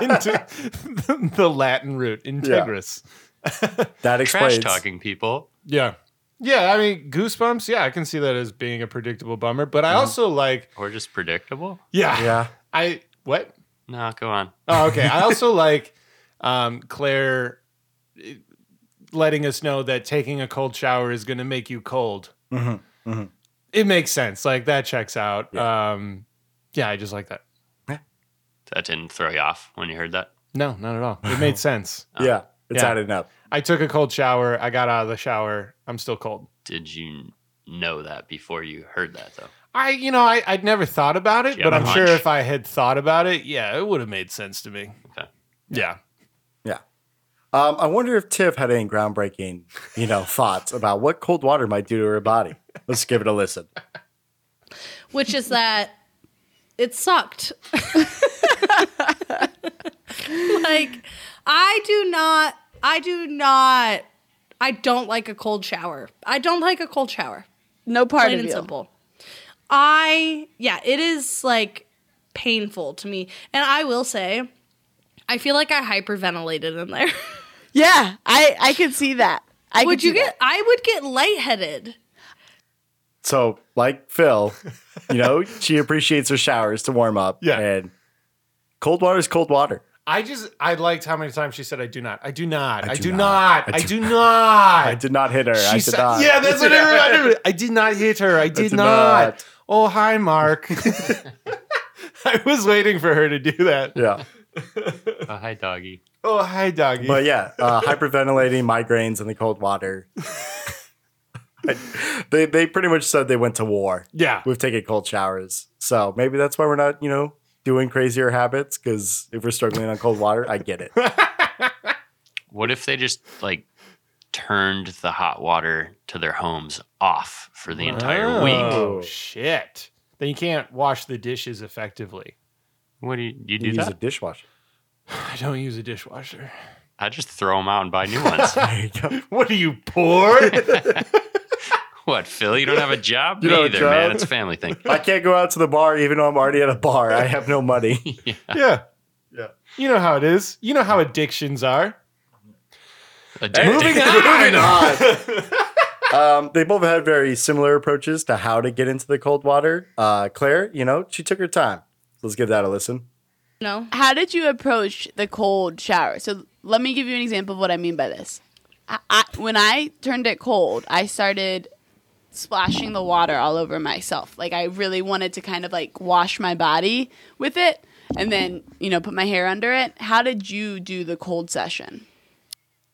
C: Into- the, Latin root integris.
A: That
B: Trash
A: explains.
B: talking people.
C: Yeah. yeah, I mean goosebumps. Yeah, I can see that as being a predictable bummer, but I also like.
B: Or just predictable?
C: Yeah,
A: Mm-hmm. Yeah,
C: I what?
B: No, go on.
C: Oh, okay. I also like um, Claire eh, letting us know that taking a cold shower is going to make you cold.
A: Mhm, mhm.
C: It makes sense. Like that checks out. Yeah. Um, yeah, I just like that.
B: That didn't throw you off when you heard that.
C: No, not at all. It made sense.
B: Oh.
A: yeah, it's
C: Yeah.
A: adding up.
C: I took a cold shower. I got out of the shower. I'm still cold.
B: Did you know that before you heard that though?
C: I, you know, I, I'd never thought about it,
B: Do you
C: but
B: have
C: I'm
B: a
C: sure
B: hunch?
C: if I had thought about it, yeah, it would have made sense to me.
B: Okay.
C: Yeah.
A: Yeah. Um, I wonder if Tiff had any groundbreaking, you know, thoughts about what cold water might do to her body. Let's give it a listen.
D: which is that it sucked. like I do not I do not I don't like a cold shower. I don't like a cold shower.
E: No part
D: Plain
E: of
D: and
E: you.
D: simple. I yeah, it is like painful to me. And I will say I feel like I hyperventilated in there.
E: Yeah, I I could see that. I
D: would
E: could
D: you
E: see
D: get I would get lightheaded.
A: So, like Phil, you know, she appreciates her showers to warm up.
C: Yeah.
A: And cold water is cold water.
C: I just, I liked how many times she said, I do not. I do not. I,
A: do
C: do
A: not.
C: not.
A: I
C: I
A: do-
C: do not.
A: I did not hit her. I did
C: said,
A: not.
C: Yeah, that's what I remember. I did not hit her. I did,
A: did
C: not.
A: not.
C: Oh, hi, Mark. I was waiting for her to do that.
A: Yeah.
B: Oh, hi, doggy.
C: Oh, hi, doggy.
A: But yeah, uh, hyperventilating, migraines, and the cold water. they, they pretty much said they went to war.
C: yeah.
A: We've taken cold showers. So maybe that's why we're not, you know, doing crazier habits because if we're struggling on cold water, I get it.
B: What if they just like turned the hot water to their homes off for the entire week?
C: Oh, shit. Then you can't wash the dishes effectively.
B: What do you, you do
A: You use a
B: that?
A: dishwasher.
C: I don't use a dishwasher.
B: I just throw them out and buy new ones.
A: There you go.
C: What are you, poor?
B: what, Phil? You don't have a job?
A: You
B: Me
A: don't have a
B: either, man.
A: job?
B: It's a family thing.
A: I can't go out to the bar even though I'm already at a bar. I have no money.
C: yeah. Yeah. You know how it is. You know how addictions are.
B: Addicting.
A: Moving on. Um, they both had very similar approaches to how to get into the cold water. Uh, Claire, you know, she took her time. Let's give that a listen.
D: You know?
E: How did you approach the cold shower? So let me give you an example of what I mean by this. I, I, when I turned it cold, I started splashing the water all over myself. Like I really wanted to kind of like wash my body with it and then, you know, put my hair under it. How did you do the cold session?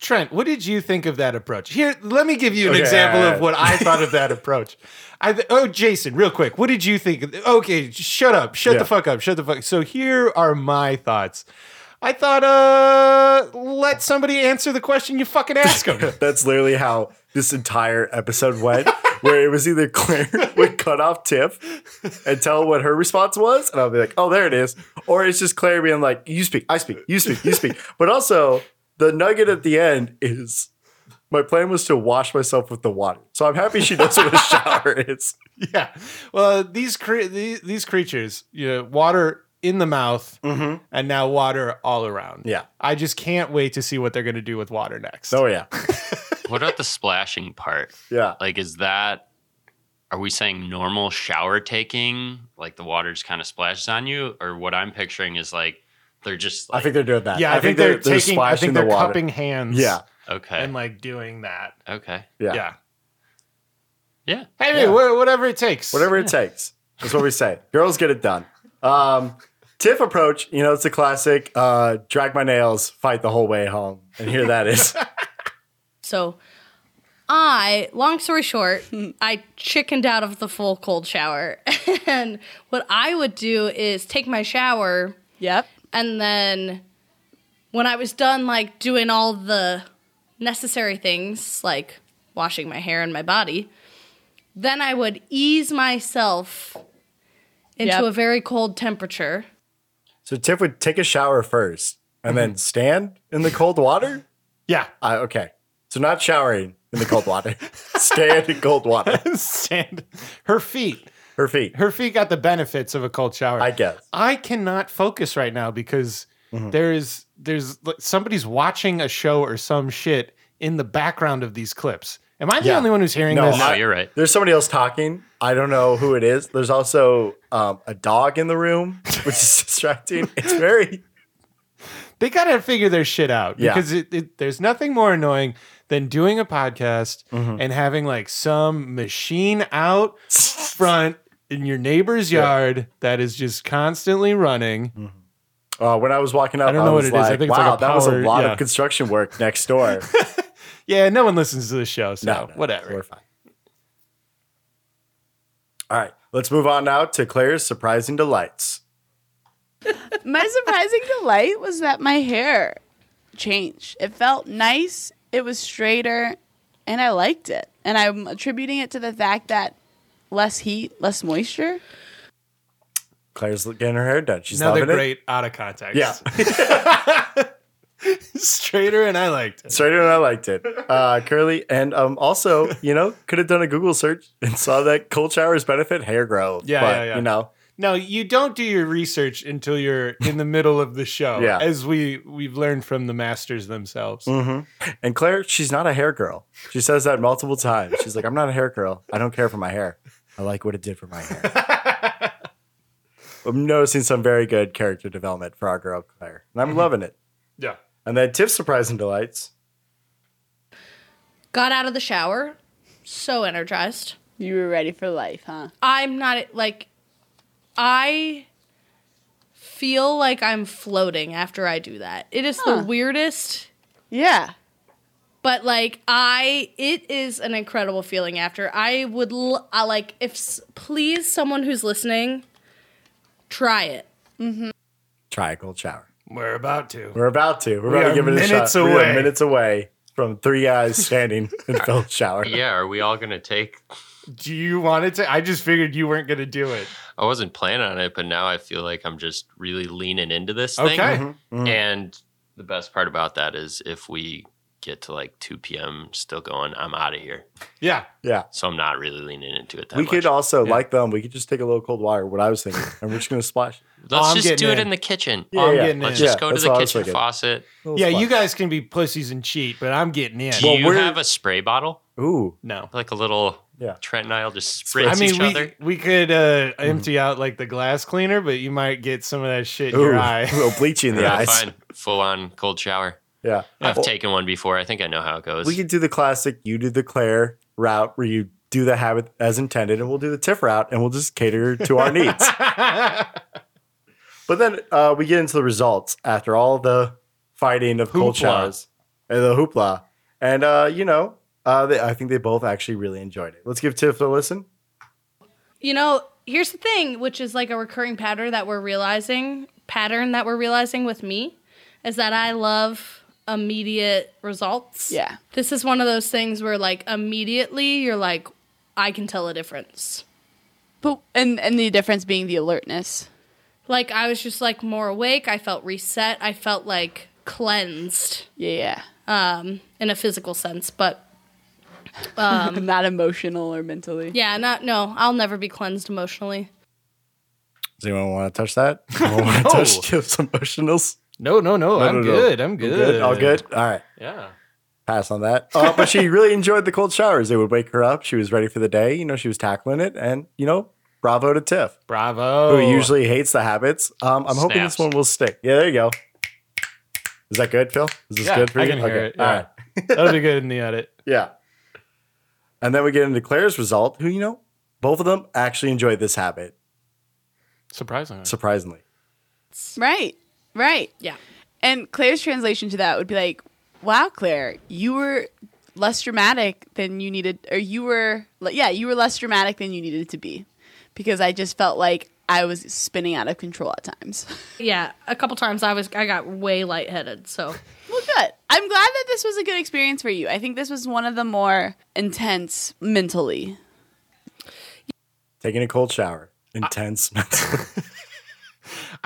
C: Trent, what did you think of that approach? Here, let me give you an
A: Okay,
C: example
A: all right.
C: of what I thought of that approach. I th- oh, Jason, real quick, what did you think? of- Okay, shut up, shut
A: Yeah.
C: the fuck up, shut the fuck. So here are my thoughts. I thought, uh, let somebody answer the question you fucking ask them.
A: That's literally how this entire episode went, where it was either Claire would cut off Tiff and tell what her response was, and I'll be like, oh, there it is. Or it's just Claire being like, you speak, I speak, you speak, you speak. But also, the nugget at the end is my plan was to wash myself with the water. So I'm happy she knows what a shower is.
C: yeah. Well, these cre- these, these creatures, you know, water in the mouth, and now water all around.
A: Yeah.
C: I just can't wait to see what they're going to do with water next.
A: Oh, yeah.
B: What about the splashing part?
A: Yeah.
B: Like, is that, are we saying normal shower taking? Like the water just kind of splashes on you? Or what I'm picturing is like, they're just
A: I
B: like,
A: think they're doing that.
C: yeah, I, think, they're, taking. I think they're cupping hands.
A: Yeah.
B: okay.
C: and like doing that.
B: okay.
A: Yeah.
C: Yeah.
B: Yeah.
C: Hey,
A: Yeah.
C: wha- whatever it takes.
A: Whatever it takes. That's what we say. Girls get it done. Um, Tiff approach, you know, it's a classic uh, drag my nails, fight the whole way home. And here that is.
D: So I, long story short, I chickened out of the full cold shower. and what I would do is take my shower
E: Yep.
D: and then when I was done like doing all the necessary things, like washing my hair and my body, then I would ease myself into
E: Yep.
D: a very cold temperature.
A: so Tiff would take a shower first and then stand in the cold water.
C: Yeah.
A: Uh, okay. So not showering in the cold water, stand in cold water.
C: Stand. Her feet.
A: Her feet,
C: Her feet got the benefits of a cold shower.
A: I guess.
C: I cannot focus right now because
A: Mm-hmm.
C: there is there's like, somebody's watching a show or some shit in the background of these clips. Am I the
A: Yeah.
C: only one who's hearing
A: No,
C: this?
B: No,
A: I-
B: you're right.
A: There's somebody else talking. I don't know who it is. There's also um, a dog in the room, which is distracting. It's very
C: they gotta figure their shit out
A: Yeah.
C: because it, it, there's nothing more annoying than doing a podcast
A: Mm-hmm.
C: and having like some machine out front in your neighbor's yard that is just constantly running.
A: Uh, when I was walking up, I,
C: don't know
A: was
C: what it is.
A: like,
C: I think it's
A: wow,
C: like a
A: that was a
C: power-
A: lot
C: yeah.
A: of construction work next door.
C: Yeah, no one listens to the show, so
A: no, no,
C: whatever.
A: We're fine. All right. Let's move on now to Claire's surprising delights.
E: My surprising delight was that my hair changed. It felt nice, it was straighter, and I liked it. And I'm attributing it to the fact that less heat, less moisture.
A: Claire's getting her hair done. She's
C: Another
A: loving it.
C: great out of context.
A: Yeah.
C: Straighter and I liked it.
A: Straighter and I liked it. Uh, curly. And um, also, you know, could have done a Google search and saw that cold showers benefit hair growth.
C: Yeah,
A: But,
C: yeah, yeah.
A: you know,
C: No, you don't do your research until you're in the middle of the show.
A: Yeah. Mm-hmm.
C: As we we've learned from the masters themselves.
A: and Claire, she's not a hair girl. She says that multiple times. She's like, I'm not a hair girl. I don't care for my hair. I like what it did for my hair. I'm noticing some very good character development for our girl, Claire. And I'm
C: Mm-hmm.
A: loving it.
C: Yeah.
A: And then Tiff's surprise and delights.
D: Got out of the shower, so energized.
E: You were ready for life, huh?
D: I'm not like I feel like I'm floating after I do that. It is
E: Huh.
D: the weirdest,
E: Yeah.
D: but like I it is an incredible feeling after. I would l- I like if s- please someone who's listening try it.
A: Try a cold shower.
C: We're about to.
A: We're about to. We're
C: We
A: about
C: are
A: to give it a
C: minutes
A: shot. We are
C: away.
A: minutes away from three guys standing in a cold shower.
B: Yeah, are we all gonna take?
C: Do you want it to? I just figured you weren't gonna do it.
B: I wasn't planning on it, but now I feel like I'm just really leaning into this
C: Okay.
B: thing.
A: Mm-hmm.
B: Mm. And the best part about that is if we get to like 2 p.m. still going, I'm out of here.
C: Yeah.
A: Yeah.
B: So I'm not really leaning into it that
A: we
B: much.
A: could also,
C: Yeah.
A: like them, we could just take a little cold water, what I was thinking, and we're just going to splash. Oh,
B: Let's
C: Oh, I'm
B: just
C: getting
B: do it
C: in.
B: in the kitchen.
A: Yeah,
C: I'm
A: yeah.
C: getting in.
B: Let's just
A: Yeah,
B: go to
A: that's
B: the
A: what I was
B: kitchen
A: thinking.
B: faucet.
C: Yeah, you guys can be pussies and cheat, but I'm getting in.
B: Do
A: Well,
B: you
A: we're-
B: have a spray bottle?
A: Ooh.
C: no.
B: Like a little
A: Yeah.
B: Trent and I'll just
A: Spray.
B: spray
C: I mean,
B: each
C: we,
B: other.
C: we could uh, empty out like the glass cleaner, but you might get some of that shit in
A: Ooh.
C: your eye.
A: A little bleach in the
B: Yeah,
A: eyes.
B: fine. Full on cold shower.
A: Yeah.
B: I've
A: Well,
B: taken one before. I think I know how it goes.
A: we could do the classic you do the Claire route where you do the habit as intended, and we'll do the Tiff route and we'll just cater to our needs. But then uh, we get into the results after all the fighting of cold
C: Hoopla.
A: showers and the hoopla. And, uh, you know, uh, they, I think they both actually really enjoyed it. Let's give Tiff a listen.
D: You know, here's the thing, which is like a recurring pattern that we're realizing, pattern that we're realizing with me, is that I love immediate results.
E: Yeah.
D: This is one of those things where like immediately you're like, I can tell a difference.
E: But and and the difference being the alertness.
D: Like I was just like more awake, I felt reset, I felt like cleansed
E: Yeah, yeah.
D: um in a physical sense, but
E: Not emotional or mentally.
D: yeah, not no, I'll never be cleansed emotionally.
A: Does anyone want to touch that? Anyone want to touch Tiff's emotionals?
C: no, no, no.
A: no,
C: I'm
A: no.
C: good. I'm good.
A: All good? All right.
B: yeah.
A: Pass on that. Uh, but she really enjoyed the cold showers. They would wake her up. She was ready for the day. You know, she was tackling it. And, you know, bravo to Tiff,
C: Bravo.
A: who usually hates the habits. Um, I'm hoping this
B: Snaps.
A: one will stick. Yeah, there you go. Is that good, Phil? Is this
C: Yeah,
A: good for
C: I
A: you?
C: can hear it.
A: All
C: Yeah.
A: right.
C: That'll be good in the edit.
A: Yeah. And then we get into Claire's result, who, you know, both of them actually enjoyed this habit,
C: Surprisingly.
A: surprisingly.
E: Right. Right.
D: Yeah.
E: And Claire's translation to that would be like, "Wow, Claire, you were less dramatic than you needed, or you were, like, yeah, you were less dramatic than you needed to be, because I just felt like I was spinning out of control at times."
D: Yeah, a couple times I was I got way lightheaded, so
E: well, good. I'm glad that this was a good experience for you. I think this was one of the more intense mentally.
A: Taking a cold shower. Intense.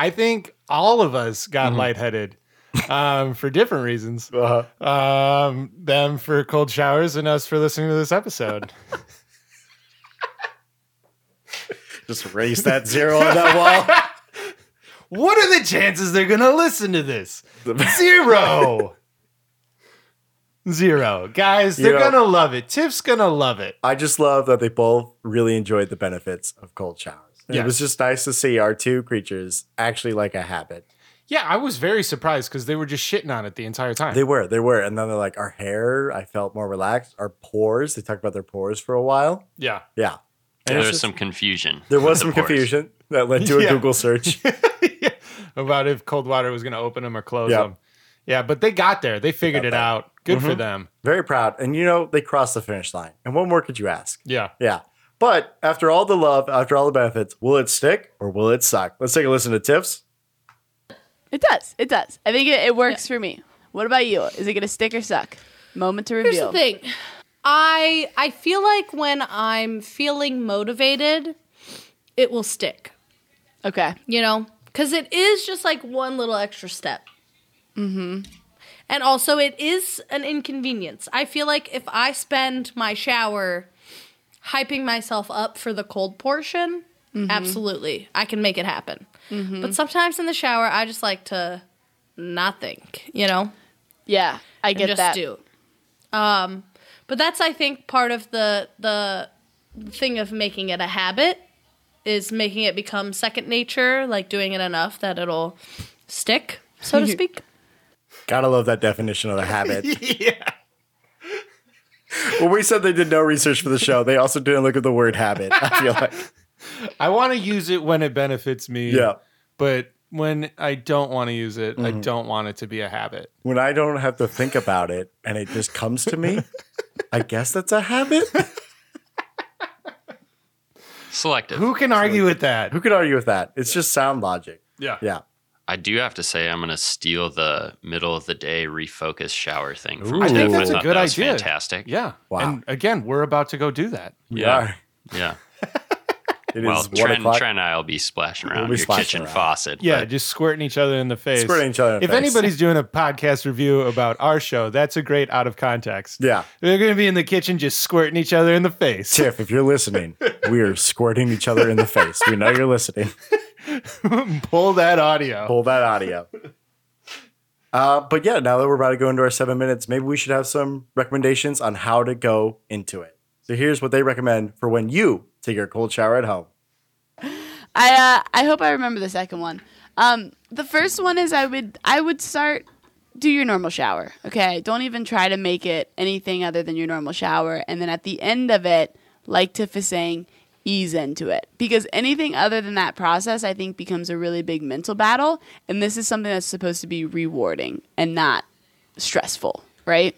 C: I think all of us got lightheaded um, for different reasons.
A: uh,
C: Um, them for cold showers and us for listening to this episode.
A: just erase that zero on that wall.
C: what are the chances they're going to listen to this? Zero. Zero. Guys,
A: You
C: they're
A: know-
C: going to love it. Tiff's going to love it.
A: I just love that they both really enjoyed the benefits of cold showers. And It
C: Yes.
A: was just nice to see our two creatures actually like a habit.
C: Yeah, I was very surprised because they were just shitting on it the entire time.
A: They were, they were. And then they're like, our hair, I felt more relaxed. Our pores, they talked about their pores for a while.
C: yeah.
A: Yeah. And
B: There
A: it's
B: was
A: just-
B: some confusion.
A: there
B: with
A: was
B: the
A: some
B: pores.
A: confusion that led to a
C: Yeah.
A: Google search.
C: About if cold water was going to open them or close
A: Yeah.
C: them. Yeah, but they got there. They figured
A: got
C: it
A: there. Mm-hmm.
C: out. Good for them.
A: Very proud. And you know, they crossed the finish line. And what more could you ask?
C: Yeah.
A: Yeah. But after all the love, after all the benefits, will it stick or will it suck? Let's take a listen to Tiff's.
E: It does. It does. I think it, it works for me. What about you? Is it going to stick or suck? Moment to
D: Here's the
E: reveal.
D: thing. I I feel like when I'm feeling motivated, it will stick.
E: Okay.
D: you know because it is just like one little extra step mm-hmm and also it is an inconvenience i feel like if i spend my shower hyping myself up for the cold portion absolutely i can make it happen but sometimes in the shower i just like to not think you know
E: Yeah, I
D: and
E: get
D: just
E: that.
D: do um but that's i think part of the the thing of making it a habit is making it become second nature like doing it enough that it'll stick so to speak
A: Gotta love that definition of a habit. yeah. When we said they did no research for the show, they also didn't look at the word habit. I feel like,
C: I want to use it when it benefits me.
A: yeah. Mm-hmm.
C: But when I don't want to use it, I don't want it to be a habit.
A: When I don't have to think about it and it just comes to me, I guess that's a habit.
B: Selective.
C: Who can argue with that?
A: Who could argue with that? It's just sound logic.
C: Yeah.
A: Yeah.
B: I do have to say I'm going to steal the middle of the day refocus shower thing from
A: Ooh. I
B: Tiff.
A: think that's a
B: thought
C: good
B: that was
C: idea.
B: Fantastic.
C: Yeah.
A: Wow.
C: And again, we're about to go do that.
A: We
B: Yeah.
A: are.
B: Yeah.
A: It is
B: Well,
A: one
B: Trent,
A: o'clock.
B: Trent and I will be splashing around
A: be
B: your
A: splashing
B: kitchen
A: around.
B: faucet.
C: Yeah,
B: but
C: just squirting each other in the face.
A: Squirting each other in the
C: if
A: face.
C: anybody's doing a podcast review about our show, that's a great out of context.
A: Yeah.
C: They're going to be in the kitchen just squirting each other in the face.
A: Tiff, if you're listening, we're squirting each other in the face. We know you're listening.
C: Pull that audio.
A: Pull that audio. Uh, but yeah, now that we're about to go into our seven minutes, maybe we should have some recommendations on how to go into it. So here's what they recommend for when you take your cold shower at home.
E: I uh, I hope I remember the second one. Um, the first one is I would I would start do your normal shower. Okay, don't even try to make it anything other than your normal shower. And then at the end of it, like Tiff is saying, ease into it because anything other than that process, I think, becomes a really big mental battle. And this is something that's supposed to be rewarding and not stressful, right?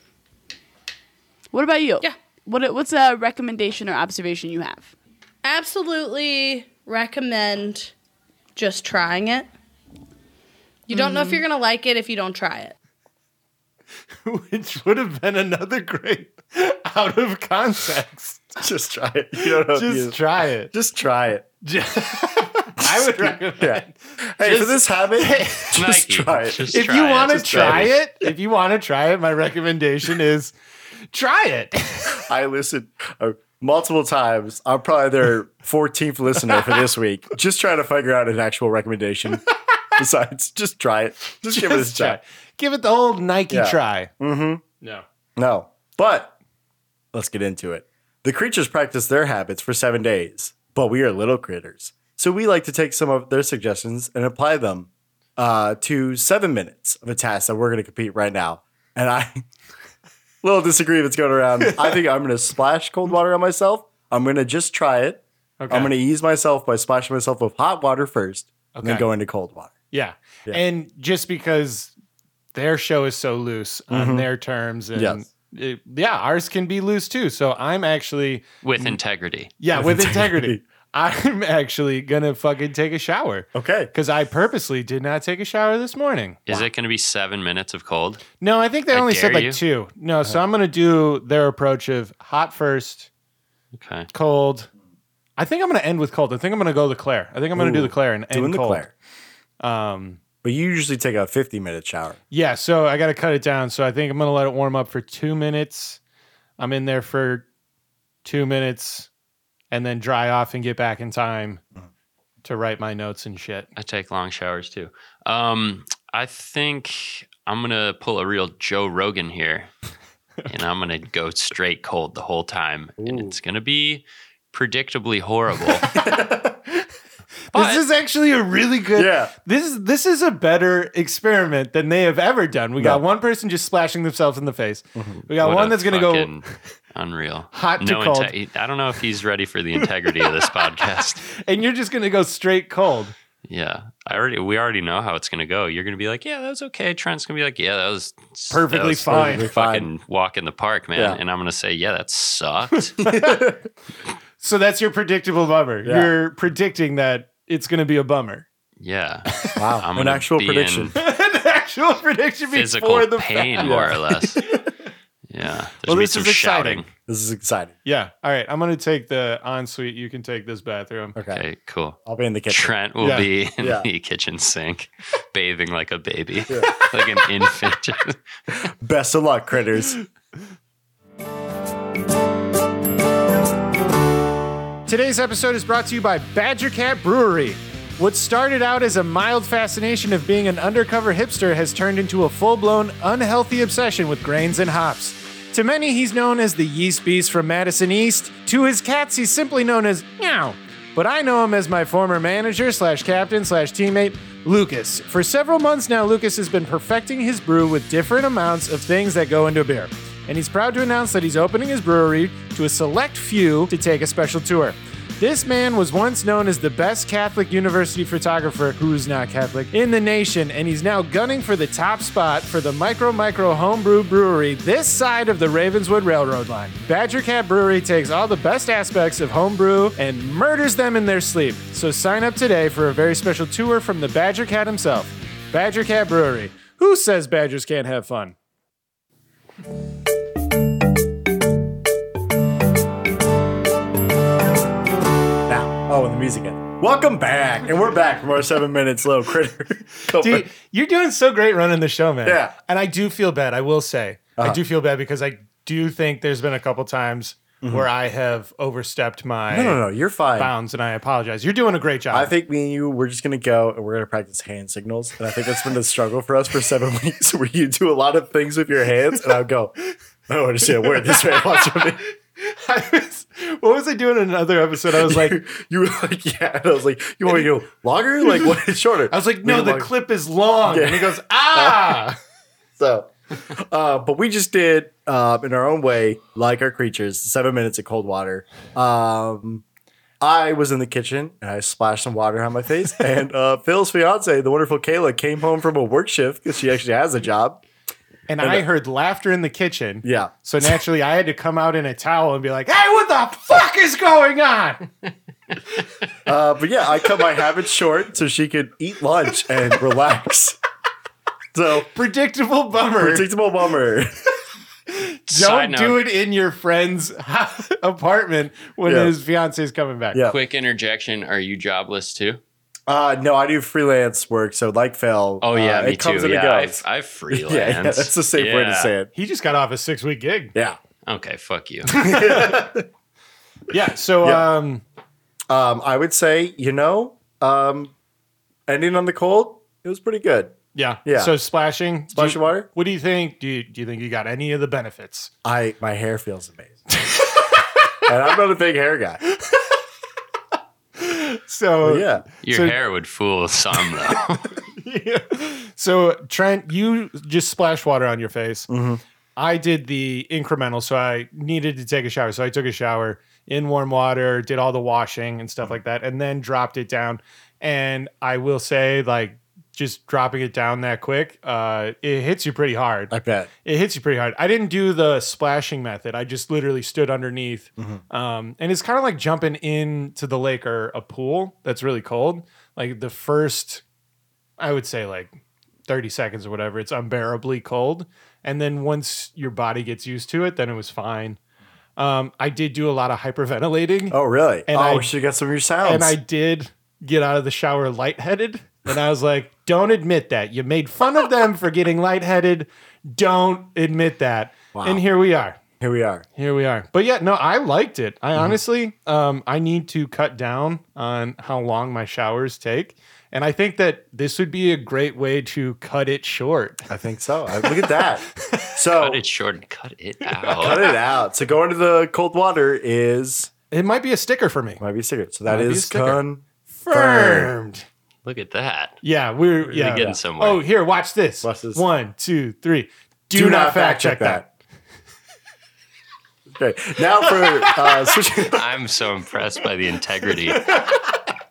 E: What about you?
D: Yeah.
E: What what's a recommendation or observation you have?
D: absolutely recommend just trying it you don't know if you're gonna like it if you don't try it
C: Which would have been another great out of context.
A: Just try it. You don't know if you-
C: Just try it.
A: just try it.
C: I would recommend.
A: Yeah. Hey, for this habit, just
B: Nike,
A: try it.
B: just
C: If
B: try
C: you
B: it.
C: want to
B: Just
C: try it, if you want to try it, my recommendation is try it.
A: I listened uh, multiple times. I'm probably their 14th listener for this week. Just trying to figure out an actual recommendation. Besides, just try it. Just, give it a
C: Just try.
A: shot.
C: Give it the old Nike
A: Yeah.
C: try.
A: No, but let's get into it. The creatures practice their habits for seven days, but we are little critters. So we like to take some of their suggestions and apply them uh, to seven minutes of a task that we're going to compete right now. And I little disagree if it's going around. I think I'm going to splash cold water on myself. I'm going to just try it.
C: Okay.
A: I'm going to ease myself by splashing myself with hot water first and then
C: Okay.
A: go into cold water.
C: Yeah.
A: Yeah.
C: And just because their show is so loose on their terms and
A: Mm-hmm. Yes.
C: it- yeah, ours can be loose too. So I'm actually
B: with integrity.
C: yeah,
A: With
C: with, integrity. I'm actually going to fucking take a shower
A: Okay.
C: cuz I purposely did not take a shower this morning.
B: Is it going to be seven minutes of cold?
C: No, I think they
B: I
C: only said
B: dare
C: like
B: you.
C: two. No,
A: Uh-huh.
C: so I'm going to do their approach of hot first,
B: Okay.
C: cold. I think I'm going to end with cold. I think I'm going to go the Claire. I think I'm going to do
A: Ooh,
C: the Claire and end
A: Doing the
C: cold.
A: Claire.
C: Um
A: But you usually take a 50 minute shower.
C: Yeah, so I got to cut it down. So I think I'm going to let it warm up for two minutes. I'm in there for two minutes and then dry off and get back in time to write my notes and shit.
B: I take long showers too. Um, I think I'm gonna pull a real Joe Rogan here, and I'm gonna go straight cold the whole time, and it's gonna be predictably horrible. But-
C: this is actually a really good.
A: Yeah.
C: This is this is a better experiment than they have ever done. We got
A: No.
C: one person just splashing themselves in the face. We got
B: Mm-hmm. What
C: one
B: a
C: that's going to go
B: fucking unreal.
C: hot to cold.
B: inte- I don't know if he's ready for the integrity of this podcast.
C: and you're just going to go straight cold.
B: Yeah, I already we already know how it's gonna go. You're gonna be like, yeah, that was okay. Trent's gonna be like, yeah, that was that
C: Perfectly
B: was
C: fine.
B: Fucking walk in the park, man.
A: Yeah.
B: And I'm gonna say, yeah, that sucked.
C: So that's your predictable bummer.
A: Yeah.
C: You're predicting that it's going to be a bummer.
B: Yeah.
A: Wow,
B: I'm
A: an
B: gonna
A: actual
B: be
A: prediction.
B: in
C: An actual prediction
B: Physical
C: before the
B: pain,
C: fact.
B: more or less. Yeah. There's
C: Well,
B: gonna be
C: this
B: some
C: is exciting.
B: shouting.
A: This is exciting.
C: Yeah. All right. I'm going to take the ensuite. You can take this bathroom.
A: Okay.
B: Okay, cool.
A: I'll be in the kitchen.
B: Trent will
C: Yeah.
B: be in
A: Yeah.
B: the kitchen sink, bathing like a baby, like an infant.
A: Best of luck, critters.
C: Today's episode is brought to you by Badger Cat Brewery. What started out as a mild fascination of being an undercover hipster has turned into a full blown, unhealthy obsession with grains and hops. To many, he's known as the Yeast Beast from Madison East. To his cats, he's simply known as Meow. But I know him as my former manager slash captain slash teammate, Lucas. For several months now, Lucas has been perfecting his brew with different amounts of things that go into a beer and he's proud to announce that he's opening his brewery to a select few to take a special tour. This man was once known as the best Catholic university photographer, who's not Catholic, in the nation, and he's now gunning for the top spot for the Micro Micro Homebrew Brewery this side of the Ravenswood Railroad line. Badger Cat Brewery takes all the best aspects of homebrew and murders them in their sleep. So sign up today for a very special tour from the Badger Cat himself. Badger Cat Brewery. Who says badgers can't have fun?
A: Now, oh, and the music in. Welcome back, and we're back from our seven minutes low critter. cover.
C: Dude, you're doing so great running the show, man.
A: Yeah. Uh-huh.
C: And I do feel bad. I will say, I do feel bad because I do think there's been a couple times where I have overstepped my
A: Mm-hmm. no, no, no, you're fine.
C: bounds, and I apologize. You're doing a great job.
A: I think me and you, we're just gonna go and we're gonna practice hand signals, and I think that's been the struggle for us for seven weeks, where you do a lot of things with your hands, and I'll go, I don't understand where this man wants from me.
C: I was, what was I doing in another episode? I was like,
A: you were like, yeah, and I was like, you want me to go longer? Like, what is shorter?
C: I was like, no,
A: We
C: the
A: longer.
C: clip is long,
A: Yeah.
C: and he goes, ah.
A: So, uh, but we just did uh, in our own way, like our creatures, seven minutes of cold water. Um, I was in the kitchen and I splashed some water on my face. And uh, Phil's fiance, the wonderful Kayla, came home from a work shift because she actually has a job.
C: and
A: And-
C: I heard laughter in the kitchen.
A: Yeah.
C: So naturally, I had to come out in a towel and be like, "Hey, what the fuck is going on?"
A: Uh, but yeah, I cut my habits short so she could eat lunch and relax. So,
C: Predictable bummer.
A: predictable bummer.
B: Side
C: Don't do
B: note,
C: it in your friend's apartment when
A: Yeah.
C: his fiance is coming back.
A: Yeah.
B: Quick interjection. Are you jobless too?
A: Uh, no, I do freelance work. So, like Phil,
B: Oh, yeah,
A: uh,
B: me
A: it comes
B: too.
A: and
B: yeah,
A: it goes.
B: I've, I've freelance.
A: yeah, yeah, that's the safe way to
B: Yeah.
A: say it.
C: He just got off a six week gig.
A: Yeah.
B: Okay, fuck you.
C: Yeah. So,
A: Yeah.
C: um,
A: Um, I would say, you know, um, ending on the cold, it was pretty good.
C: yeah.
A: Yeah.
C: So splashing. do
A: Splash
C: you-
A: of water.
C: What do you think? Do you, do you think you got any of the benefits?
A: I my hair feels amazing. and I'm not a big hair guy.
C: So,
A: yeah.
B: Your
C: So-
B: hair would fool some though.
C: So, Trent, you just splash water on your face. I did the incremental. So, I needed to take a shower. So, I took a shower in warm water, did all the washing and stuff like that, and then dropped it down. And I will say, like, just dropping it down that quick, uh, it hits you pretty hard.
A: I bet.
C: It hits you pretty hard. I didn't do the splashing method. I just literally stood underneath. Um, and it's kind of like jumping into the lake or a pool that's really cold. Like the first, I would say like 30 seconds or whatever, it's unbearably cold. And then once your body gets used to it, then it was fine. Um, I did do a lot of hyperventilating
A: Oh really?
C: And
A: oh,
C: I-
A: she got some of your sounds.
C: and I did get out of the shower lightheaded. And I was like, don't admit that. You made fun of them for getting lightheaded. Don't admit that. And here we are.
A: Here we are.
C: Here we are. But yeah, no, I liked it. I honestly, um, I need to cut down on how long my showers take. And I think that this would be a great way to cut it short.
A: I think so. I- look at that. So
B: cut it short and cut it
A: cut
B: out.
A: it out. So going to the cold water is
C: It might be a sticker for me.
A: might be a secret. So that
C: Might be a
A: is
C: sticker.
A: con
C: Firmed.
B: Look at that.
C: Yeah, we're, yeah.
B: getting
C: yeah.
B: somewhere.
C: Oh, here, watch this.
A: Watch this.
C: One, two, three. Do,
A: Do
C: not, fact check that.
A: that. Okay. Now for uh, switching.
B: I'm so impressed by the integrity of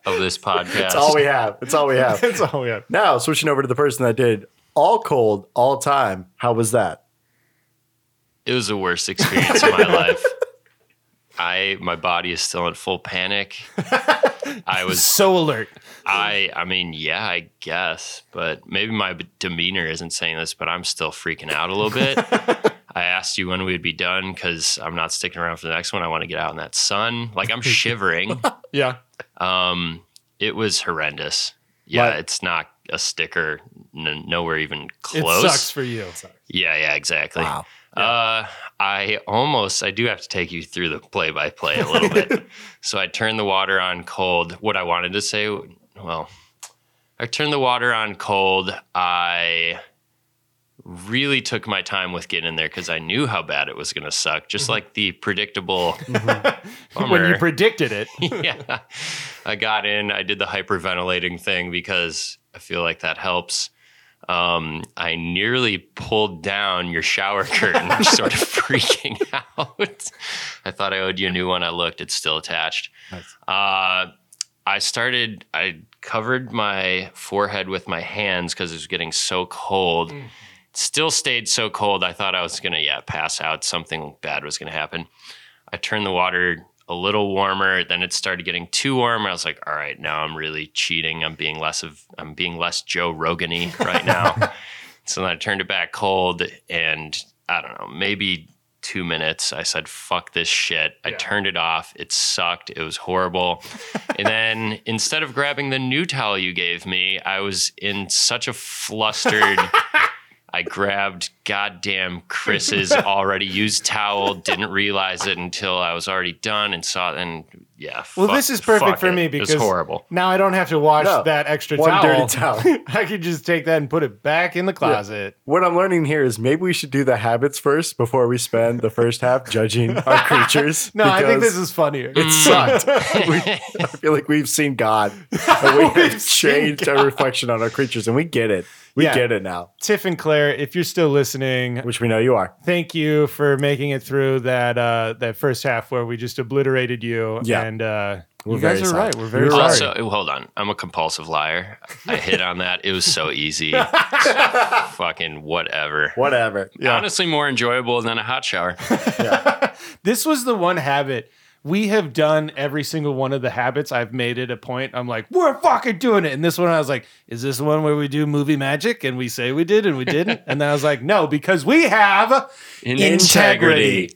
B: this podcast.
A: That's all we have. That's all we have.
C: That's all we have.
A: Now switching over to the person that did all cold all time. How was that?
B: it was the worst experience of my life. I my body is still in full panic. I was
C: so alert.
B: I I mean, yeah, I guess, but maybe my b- demeanor isn't saying this, but I'm still freaking out a little bit. I asked you when we'd be done cuz I'm not sticking around for the next one. I want to get out in that sun. Like I'm shivering.
C: Yeah.
B: Um it was horrendous. Yeah,
A: Like-
B: it's not a sticker n- nowhere even
C: It
B: close.
C: sucks for you.
B: Yeah, yeah, exactly. Uh, I almost, I do have to take you through the play by play a little bit. So I turned the water on cold. What I wanted to say, well, I turned the water on cold. I really took my time with getting in there because I knew how bad it was going to suck, just like the predictable
C: Mm-hmm. When you
B: bummer
C: predicted it,
B: yeah. I got in, I did the hyperventilating thing because I feel like that helps. Um, I nearly pulled down your shower curtain, I'm sort of freaking out. I thought I owed you a new one. I looked, it's still attached. Uh, I started, I covered my forehead with my hands because it was getting so cold. Still stayed so cold. I thought I was going to, yeah, pass out. Something bad was going to happen. I turned the water a little warmer. Then it started getting too warm. I was like, all right, now I'm really cheating. I'm being less of I'm being less Joe Rogany right now. so then I turned it back cold and I don't know, maybe two minutes. I said, fuck this shit. I turned it off. It sucked. It was horrible. and then instead of grabbing the new towel you gave me, I was in such a flustered I grabbed goddamn Chris's already used towel, didn't realize it until I was already done and saw it. And yeah.
C: well,
B: fuck-
C: this is perfect
B: fuck
C: for
B: it.
C: me
B: It was
C: because
B: horrible.
C: Now I don't have to wash
A: No.
C: that extra
A: One
C: towel.
A: dirty towel.
C: I could just take that and put it back in the closet.
A: What I'm learning here is maybe we should do the habits first before we spend the first half judging our creatures.
C: No, I think
A: because
C: this is funnier.
A: it sucked. we, I feel like we've seen God, and we have changed our reflection on our creatures, and we get it. We
C: Yeah.
A: get it now,
C: Tiff and Claire, if you're still listening,
A: which we know you are.
C: thank you for making it through that uh, that first half where we just obliterated you.
A: Yeah.
C: and uh,
A: We're
C: you guys
A: very
C: are
A: sorry.
C: right. We're very
A: You're
C: sorry.
A: right.
B: Also, oh, hold on. I'm a compulsive liar. I hit on that. It was so easy. Fucking whatever.
A: Whatever.
B: Honestly, more enjoyable than a hot shower.
C: This was the one habit we have done every single one of the habits. I've made it a point. I'm like, we're fucking doing it. And this one, I was like, is this one where we do movie magic and we say we did and we didn't? and then I was like, no, because we have Integrity.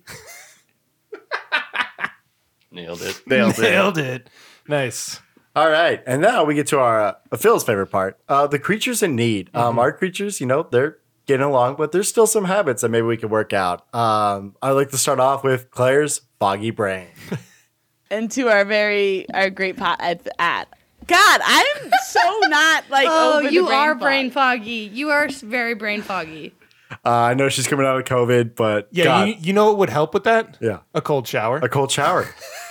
B: Nailed it.
A: Nailed it.
C: nailed it. Nice.
A: All right, and now we get to our uh, Phil's favorite part: uh, the creatures in need.
C: Mm-hmm.
A: Um, our creatures, you know, they're getting along, but there's still some habits that maybe we could work out. Um, I'd like to start off with Claire's foggy brain.
E: and to our very our great pot at, at God, I'm so not like
D: Oh,
E: over the
D: you are brain
E: fog.
D: foggy. You are s- very brain foggy.
A: Uh, I know she's coming out of COVID, but
C: Yeah,
A: God,
C: you, you know what would help with that?
A: yeah,
C: A cold shower.
A: a cold shower.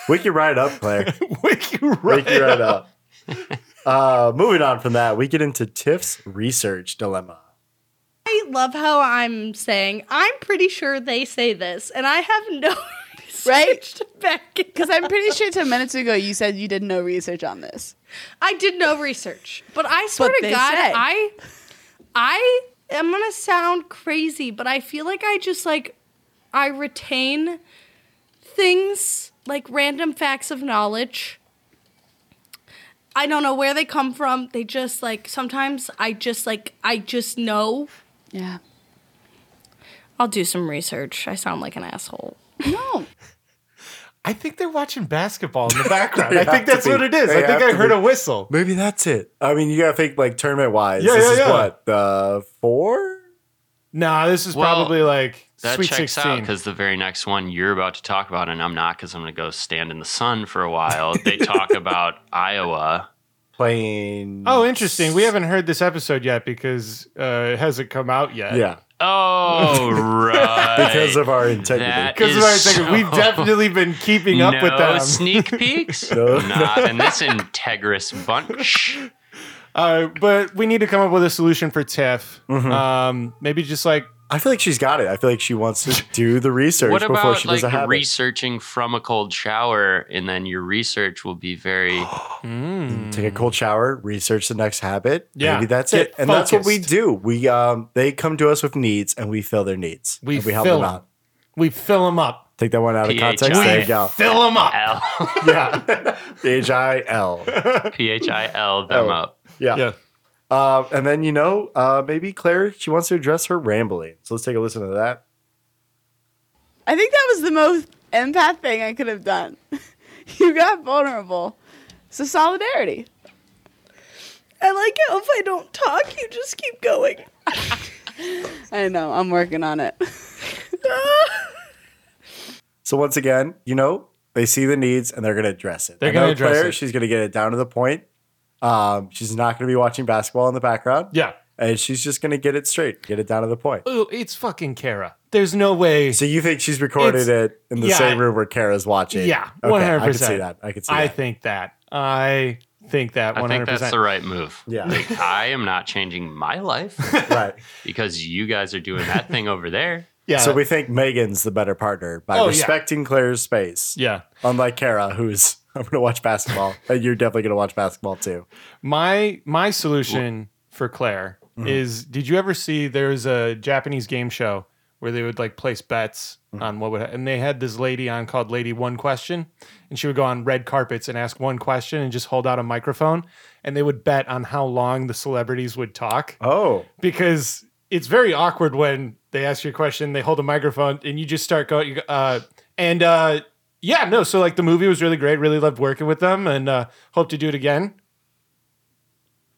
A: wake you right up, Claire.
C: Wake you right
A: Wake you right up. Uh, moving on from that, we get into Tiff's research dilemma.
D: I love how I'm saying, I'm pretty sure they say this, and I have no
E: Right?
D: research to back it
E: Because I'm pretty sure ten minutes ago you said you did no research on this.
D: I did no research, but I swear
E: But
D: to
E: they
D: God,
E: say.
D: I, I am gonna sound crazy, but I feel like I just like, I retain things like random facts of knowledge. I don't know where they come from. They just like sometimes I just like I just know.
E: Yeah.
D: I'll do some research. I sound like an asshole.
E: No.
C: I think they're watching basketball in the background.
A: They
C: I think
A: have to
C: that's
A: be.
C: what it is.
A: They
C: I think
A: have
C: I
A: to
C: heard
A: be.
C: a whistle.
A: Maybe that's it. I mean, you gotta think like tournament wise.
C: Yeah,
A: this
C: yeah,
A: is
C: yeah.
A: what uh, four.
C: Nah, this is
B: Well,
C: probably like
B: That
C: Sweet
B: checks out
C: 16.
B: because the very next one you're about to talk about, and I'm not because I'm going to go stand in the sun for a while. They talk about Iowa.
A: Playing.
C: Oh, interesting. We haven't heard this episode yet because uh, it hasn't come out yet.
A: Yeah,
B: Oh, right.
A: because of our integrity.
B: That
C: Because
B: is
C: wait a second, we've
B: so-
C: definitely been keeping up with
B: No
C: them.
B: sneak peeks.
A: No.
B: Not in this integrous bunch.
C: Uh, but we need to come up with a solution for Tiff.
A: Mm-hmm.
C: Um, maybe just like
A: I feel like she's got it. I feel like she wants to do the research
B: What
A: before
B: about
A: she
B: like
A: does a habit.
B: researching from a cold shower, and then your research will be very. Hmm.
A: Take a cold shower, research the next habit.
C: Yeah.
A: maybe that's
C: Get
A: it. And that's what we
C: focused.
A: do. We um, they come to us with needs, and we fill their needs.
C: We
A: and we help
C: fill
A: them
C: 'em.
A: out.
C: we fill them up.
A: Take that one out of context.
B: PHI.
A: There you go.
C: Fill them up.
B: L
A: Yeah. H I L.
B: P H I L them
A: Oh.
B: up.
A: Yeah.
C: Yeah.
A: Uh, and then, you know, uh, maybe Claire, she wants to address her rambling. So let's take a listen to that.
E: I think that was the most empath thing I could have done. you got vulnerable. So solidarity.
D: I like how if I don't talk, you just keep going.
E: I know, I'm working on it.
A: So once again, you know, they see the needs and they're going to address it.
C: They're
A: I know
C: gonna address
A: Claire,
C: it.
A: She's going to get it down to the point. Um, she's not going to be watching basketball in the background.
C: Yeah.
A: And she's just going to get it straight, get it down to the point.
C: Ooh, it's fucking Kara. There's no way.
A: So you think she's recorded
C: It's-
A: it in the
C: yeah.
A: same room where Kara's watching?
C: Yeah,
A: Okay,
C: one hundred
A: I can
C: percent.
A: see that. I can see
C: I
A: that.
C: think that. I think that
B: I
C: one hundred
B: think that's
C: percent.
B: the right move.
A: Yeah.
B: Like, I am not changing my life
A: right.
B: because you guys are doing that thing over there.
C: Yeah.
A: So we think Megan's the better partner by
C: Oh, yeah.
A: respecting Claire's space.
C: yeah.
A: Unlike Kara, who's I'm gonna watch basketball, and you're definitely gonna watch basketball too.
C: My my solution for Claire is did you ever see there's a Japanese game show where they would like place bets on what would and they had this lady on called Lady One Question and she would go on red carpets and ask one question and just hold out a microphone and they would bet on how long the celebrities would talk
A: Oh,
C: because it's very awkward when they ask you a question, they hold a microphone, and you just start going. You go, uh, and uh, yeah, no. So like the movie was really great. Really loved working with them, and uh, hope to do it again.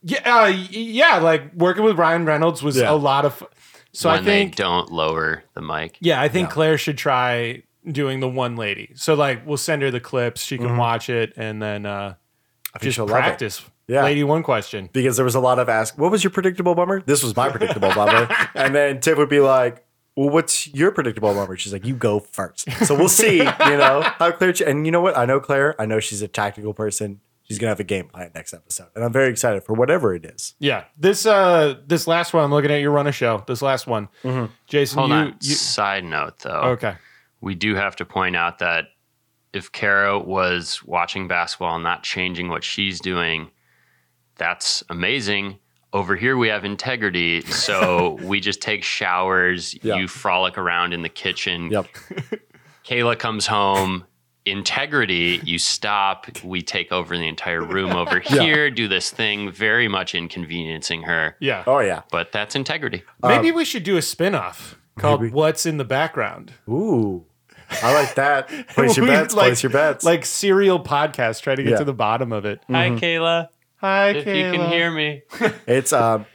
C: Yeah, uh, y- yeah. Like working with Ryan Reynolds was
A: Yeah.
C: a lot of. Fun. So
B: when
C: I think
B: they don't lower the mic.
C: yeah, I think
A: No.
C: Claire should try doing the one lady. So like we'll send her the clips, she can watch it, and then uh,
A: I think
C: just
A: Mm-hmm. she'll love it.
C: practice.
A: Yeah.
C: Lady one question.
A: because there was a lot of ask. What was your predictable bummer? This was my predictable bummer, and then Tiff would be like, "Well, what's your predictable bummer?" She's like, "You go first. So we'll see. You know how Claire. And you know what? I know Claire. I know she's a tactical person. She's gonna have a game plan next episode, and I'm very excited for whatever it is.
C: Yeah. This uh this last one I'm looking at your run a show. This last one.
A: Mm-hmm.
C: Jason,
B: Hold
C: you,
B: on.
C: you
B: Side note though.
C: Okay.
B: we do have to point out that if Kara was watching basketball and not changing what she's doing, that's amazing. Over here, we have integrity. So we just take showers.
A: Yeah.
B: You frolic around in the kitchen.
A: Yep.
B: Kayla comes home. Integrity, you stop. We take over the entire room over here, do this thing, very much inconveniencing her.
C: Yeah.
A: Oh yeah.
B: But that's integrity.
C: Maybe we should do a spin-off called
A: um, maybe.
C: What's in the Background.
A: Ooh, I like that. Place your
C: We,
A: bets.
C: like-
A: place your bets.
C: Like serial podcast, try to get
A: Yeah.
C: to the bottom of it.
B: Hi, Kayla.
C: Hi,
B: If you can
C: Kayla.
B: hear me.
A: It's um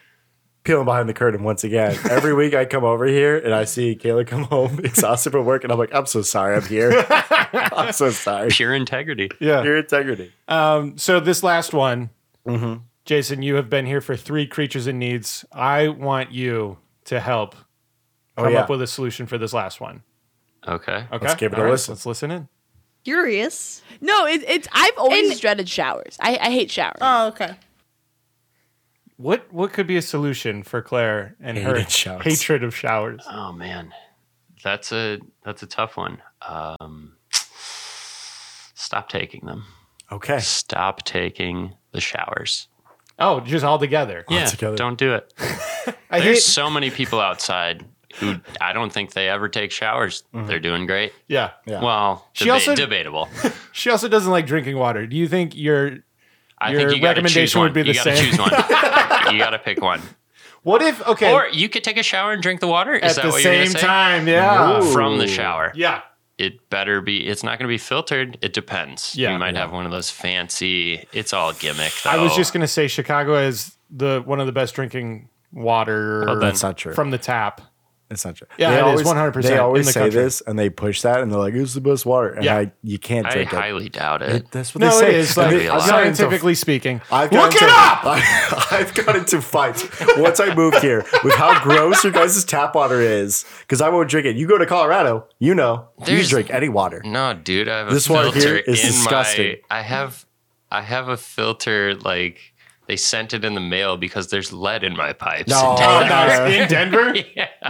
A: peeling behind the curtain once again. Every week I come over here and I see Kayla come home exhausted from work, and I'm like, I'm so sorry, I'm here. I'm so sorry.
B: Pure integrity.
C: Yeah.
A: Your integrity.
C: Um, so this last one,
A: Mm-hmm.
C: Jason, you have been here for three creatures in needs. I want you to help
A: Oh,
C: come
A: yeah.
C: up with a solution for this last one.
B: Okay.
C: Okay.
A: give it a
C: All right,
A: listen.
C: Let's listen in.
D: Curious.
E: No, it, it's I've always
D: And-
E: dreaded showers. I, I hate showers.
D: Oh, okay.
C: What what could be a solution for Claire and her
A: Hated showers.
C: hatred of showers?
B: Oh man, that's a that's a tough one. Um, stop taking them.
A: Okay.
B: Stop taking the showers.
C: Oh, just all together.
B: Yeah,
A: together.
B: don't do it.
C: I
B: There's
C: hate.
B: so many people outside who I don't think they ever take showers. They're doing great.
C: Mm-hmm. yeah.
A: Yeah.
B: Well,
C: She
B: deba-
C: also-
B: debatable.
C: She also doesn't like drinking water. Do you think your
B: I
C: Your
B: think you got to choose
C: recommendation would
B: one.
C: be the
B: you got to
C: same.
B: choose one. you got to pick one.
C: what if okay
B: Or you could take a shower and drink the water. Is
C: at
B: that
C: the
B: what you're gonna
C: same
B: say? Uh,
C: time? Yeah.
A: Ooh.
B: From the shower.
C: Yeah.
B: it better be it's not going to be filtered it depends
C: Yeah.
B: you might have one of those fancy it's all gimmick though.
C: I was just gonna say Chicago is the one of the best drinking water
B: Well,
A: Oh, That's not true.
C: from the tap.
A: That's not true.
C: Yeah,
A: They
C: it is
A: always-
C: 100%
A: They
C: in
A: always
C: the
A: say
C: country.
A: this and they push that and they're like, "It's the best water," and
C: Yeah.
A: I, you can't
B: i
A: drink it.
B: highly doubt it
A: That's what
C: No,
A: they say.
C: it is
A: And
C: like
A: they- I've gotten into-
C: scientifically speaking.
A: I've
C: Look
A: gotten
C: it
A: to-
C: up.
A: I, I've got into fights once I moved here with how gross your guys' tap water is because I won't drink it. You go to Colorado, you know,
B: There's-
A: you drink any water.
B: no dude i have
A: This
B: a
A: one here
B: filter
A: is
B: in
A: disgusting.
B: my i have i have a filter like they sent it in the mail because there's lead in my pipes
A: No.
C: Oh,
A: Yeah.
C: nice. In Denver?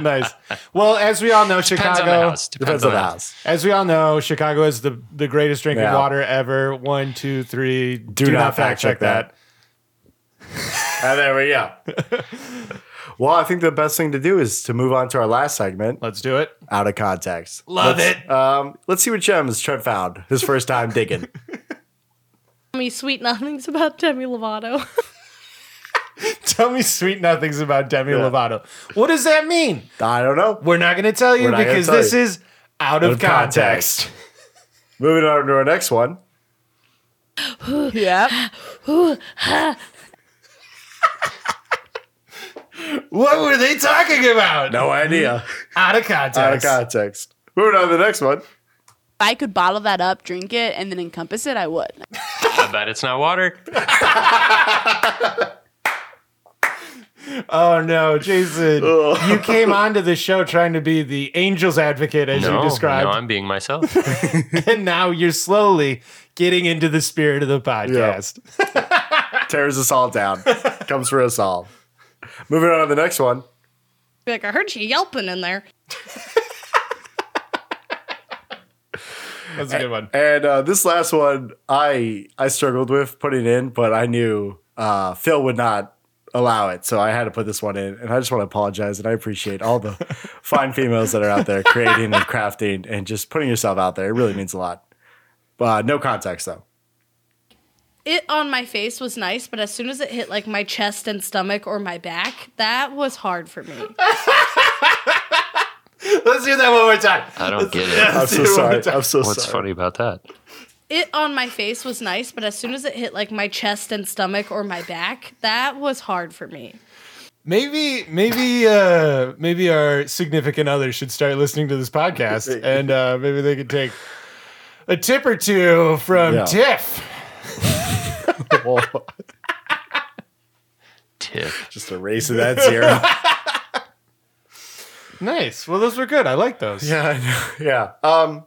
C: Nice. Well, as we all know,
B: depends on the
C: Chicago
B: house
A: Depends on the house.
C: as we all know, Chicago is the, the greatest drinking
A: Yeah.
C: water ever. One, two, three. Do, Ah,
A: not fact check that. And there we go. Well, I think the best thing to do is to move on to our last segment,
C: Let's do it.
A: out of context.
B: Love
A: Let's-
B: it.
A: Um, let's see what gems Trent found his first time digging.
D: Tell me sweet nothings about Demi Lovato.
C: Tell me sweet nothings about Demi Lovato. What does that mean?
A: I don't know.
C: We're not going to tell you
A: We're not gonna
C: because
A: tell
C: this
A: you.
C: is out of,
A: Out of
C: context.
A: context. Moving on to our next one.
E: Yep.
C: What were they talking about?
A: No idea.
C: Out of context.
A: out of context. Moving on to the next one.
E: If I could bottle that up, drink it, and then encompass it, I would.
B: I bet it's not water.
C: Oh no, Jason! you came onto the show trying to be the angel's advocate, as
B: No,
C: you described,
B: no, I'm being myself.
C: and now you're slowly getting into the spirit of the podcast.
A: Tears us all down. Comes for us all. Moving on to the next one.
D: Be like I heard you yelping in there.
C: That's a good one.
A: And uh, this last one, I I struggled with putting in, but I knew uh, Phil would not allow it, so I had to put this one in. And I just want to apologize, and I appreciate all the fine females that are out there creating and crafting and just putting yourself out there. It really means a lot. Uh, no context though.
D: It on my face was nice, but as soon as it hit like my chest and stomach or my back, that was hard for me.
C: Let's do that one more time.
B: I don't get it.
A: I'm so sorry. I'm so
B: What's
A: sorry.
B: funny about that?
D: It on my face was nice, but as soon as it hit like my chest and stomach or my back, that was hard for me.
C: Maybe, maybe, uh, maybe our significant others should start listening to this podcast, and uh, maybe they could take a tip or two from
A: Yeah.
C: Tiff.
A: Well,
B: Tip.
A: just erasing that zero.
C: Nice. Well, those were good. I like those.
A: Yeah, I know. yeah. Um,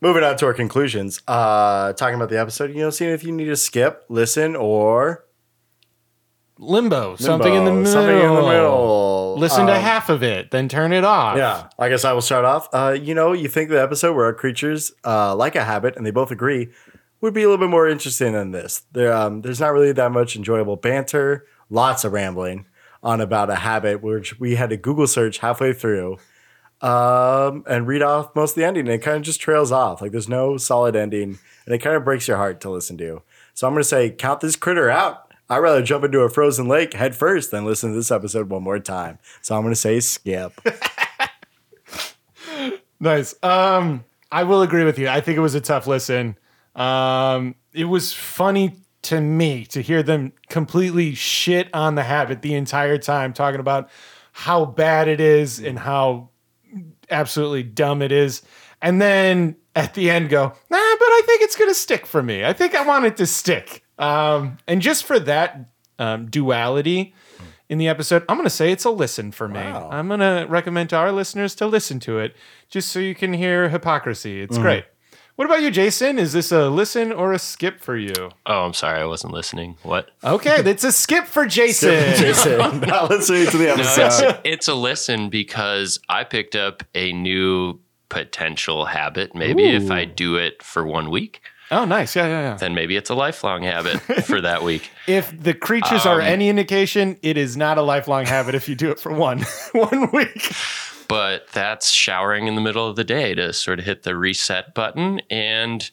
A: moving on to our conclusions. Uh, talking about the episode, you know, seeing if you need to skip, listen, or
C: Limbo. Something in the
A: Limbo,
C: middle.
A: Something in the middle.
C: Listen
A: Um,
C: to half of it, then turn it off.
A: Yeah, I guess I will start off. Uh, you know, you think the episode where our creatures uh, like a habit and they both agree would be a little bit more interesting than this. There, um, there's not really that much enjoyable banter. Lots of rambling on about a habit, which we had to Google search halfway through um, and read off most of the ending. And it kind of just trails off. Like there's no solid ending, and it kind of breaks your heart to listen to. So I'm gonna say, count this critter out. I'd rather jump into a frozen lake head first than listen to this episode one more time. So I'm gonna say skip.
C: Nice. Um, I will agree with you. I think it was a tough listen. Um, it was funny to me to hear them completely shit on the habit the entire time, talking about how bad it is and how absolutely dumb it is. And then at the end, go, nah, but I think it's going to stick for me. I think I want it to stick. Um, and just for that um, duality in the episode, I'm going to say it's a listen for me. I'm going to recommend to our listeners to listen to it just so you can hear hypocrisy. It's great. What about you, Jason? Is this a listen or a skip for you?
B: Oh, I'm sorry. I wasn't listening. What?
C: Okay, that's a skip for Jason.
A: Jason, not listening to the
B: No,
A: episode.
B: it's, it's a listen because I picked up a new potential habit. Maybe if I do it for one week,
C: Oh, nice. Yeah, yeah, yeah.
B: then maybe it's a lifelong habit for that week.
C: If the creatures are any indication, it is not a lifelong habit if you do it for one one week.
B: But that's showering in the middle of the day to sort of hit the reset button. And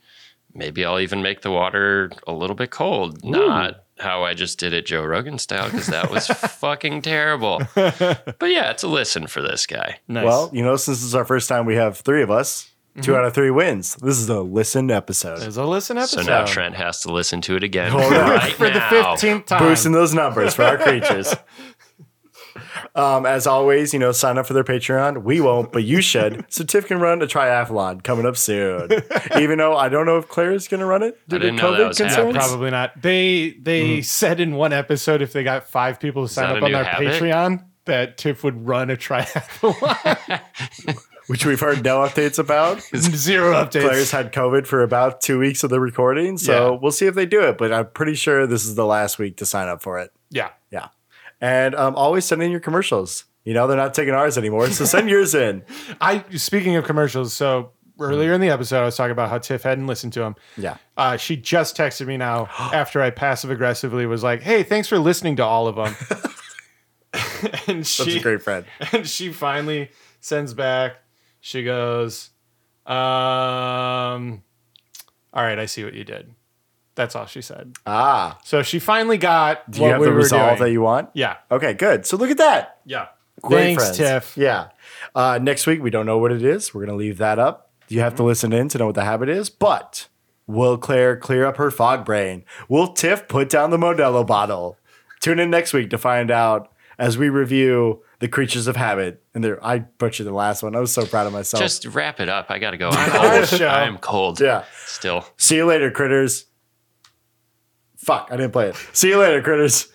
B: maybe I'll even make the water a little bit cold, not how I just did it Joe Rogan style, because that was fucking terrible. But yeah, it's a listen for this guy.
C: Nice.
A: Well, you know, since this is our first time, we have three of us. Two
B: Mm-hmm.
A: out of three wins. This is a listen episode.
C: there's a listen
B: So
C: episode.
B: now Trent has to listen to it again
A: Hold on.
B: right
C: for
B: now.
C: the fifteenth time.
A: Boosting those numbers for our creatures. Um, as always, you know, sign up for their Patreon. We won't, but you should. Certificate run a triathlon coming up soon. Even though I don't know if Claire is going to run it due to
B: didn't know that
A: COVID
B: was
A: concerns.
B: happening.
C: Probably not. They they said in one episode if they got five people to sign
B: Mm-hmm. that
C: up
B: a
C: on
B: new
C: their
B: habit?
C: Patreon that Tiff would run a triathlon.
A: Which we've heard no updates about.
C: Zero updates.
A: Claire's had COVID for about two weeks of the recording. So
C: Yeah.
A: we'll see if they do it, but I'm pretty sure this is the last week to sign up for it.
C: yeah.
A: Yeah. And um, always send in your commercials. You know, they're not taking ours anymore. So send yours in.
C: I speaking of commercials, so earlier in the episode I was talking about how Tiff hadn't listened to them.
A: Yeah.
C: Uh, she just texted me now after I passive aggressively was like, "Hey, thanks for listening to all of them." and she
A: Such a great friend.
C: and she finally sends back she goes um all right i see what you did that's all she said
A: Ah,
C: so she finally got
A: do you
C: what
A: have
C: we
A: the
C: were
A: resolve
C: doing
A: that you want?
C: yeah
A: Okay, good. So look at that.
C: yeah
A: Great
C: thanks
A: friends.
C: tiff
A: Yeah. Uh, next week, we don't know what it is. We're going to leave that up. You
C: Mm-hmm.
A: have to listen in to know what the habit is. But will Claire clear up her fog brain? Will Tiff put down the Modelo bottle? Tune in next week to find out as we review the creatures of habit. And there, I butchered the last one. I was so proud of myself.
B: Just wrap it up. I gotta go. I'm cold.
C: show.
B: I'm cold.
A: Yeah.
B: Still.
A: See you later, critters. Fuck, I didn't play it. See you later, critters.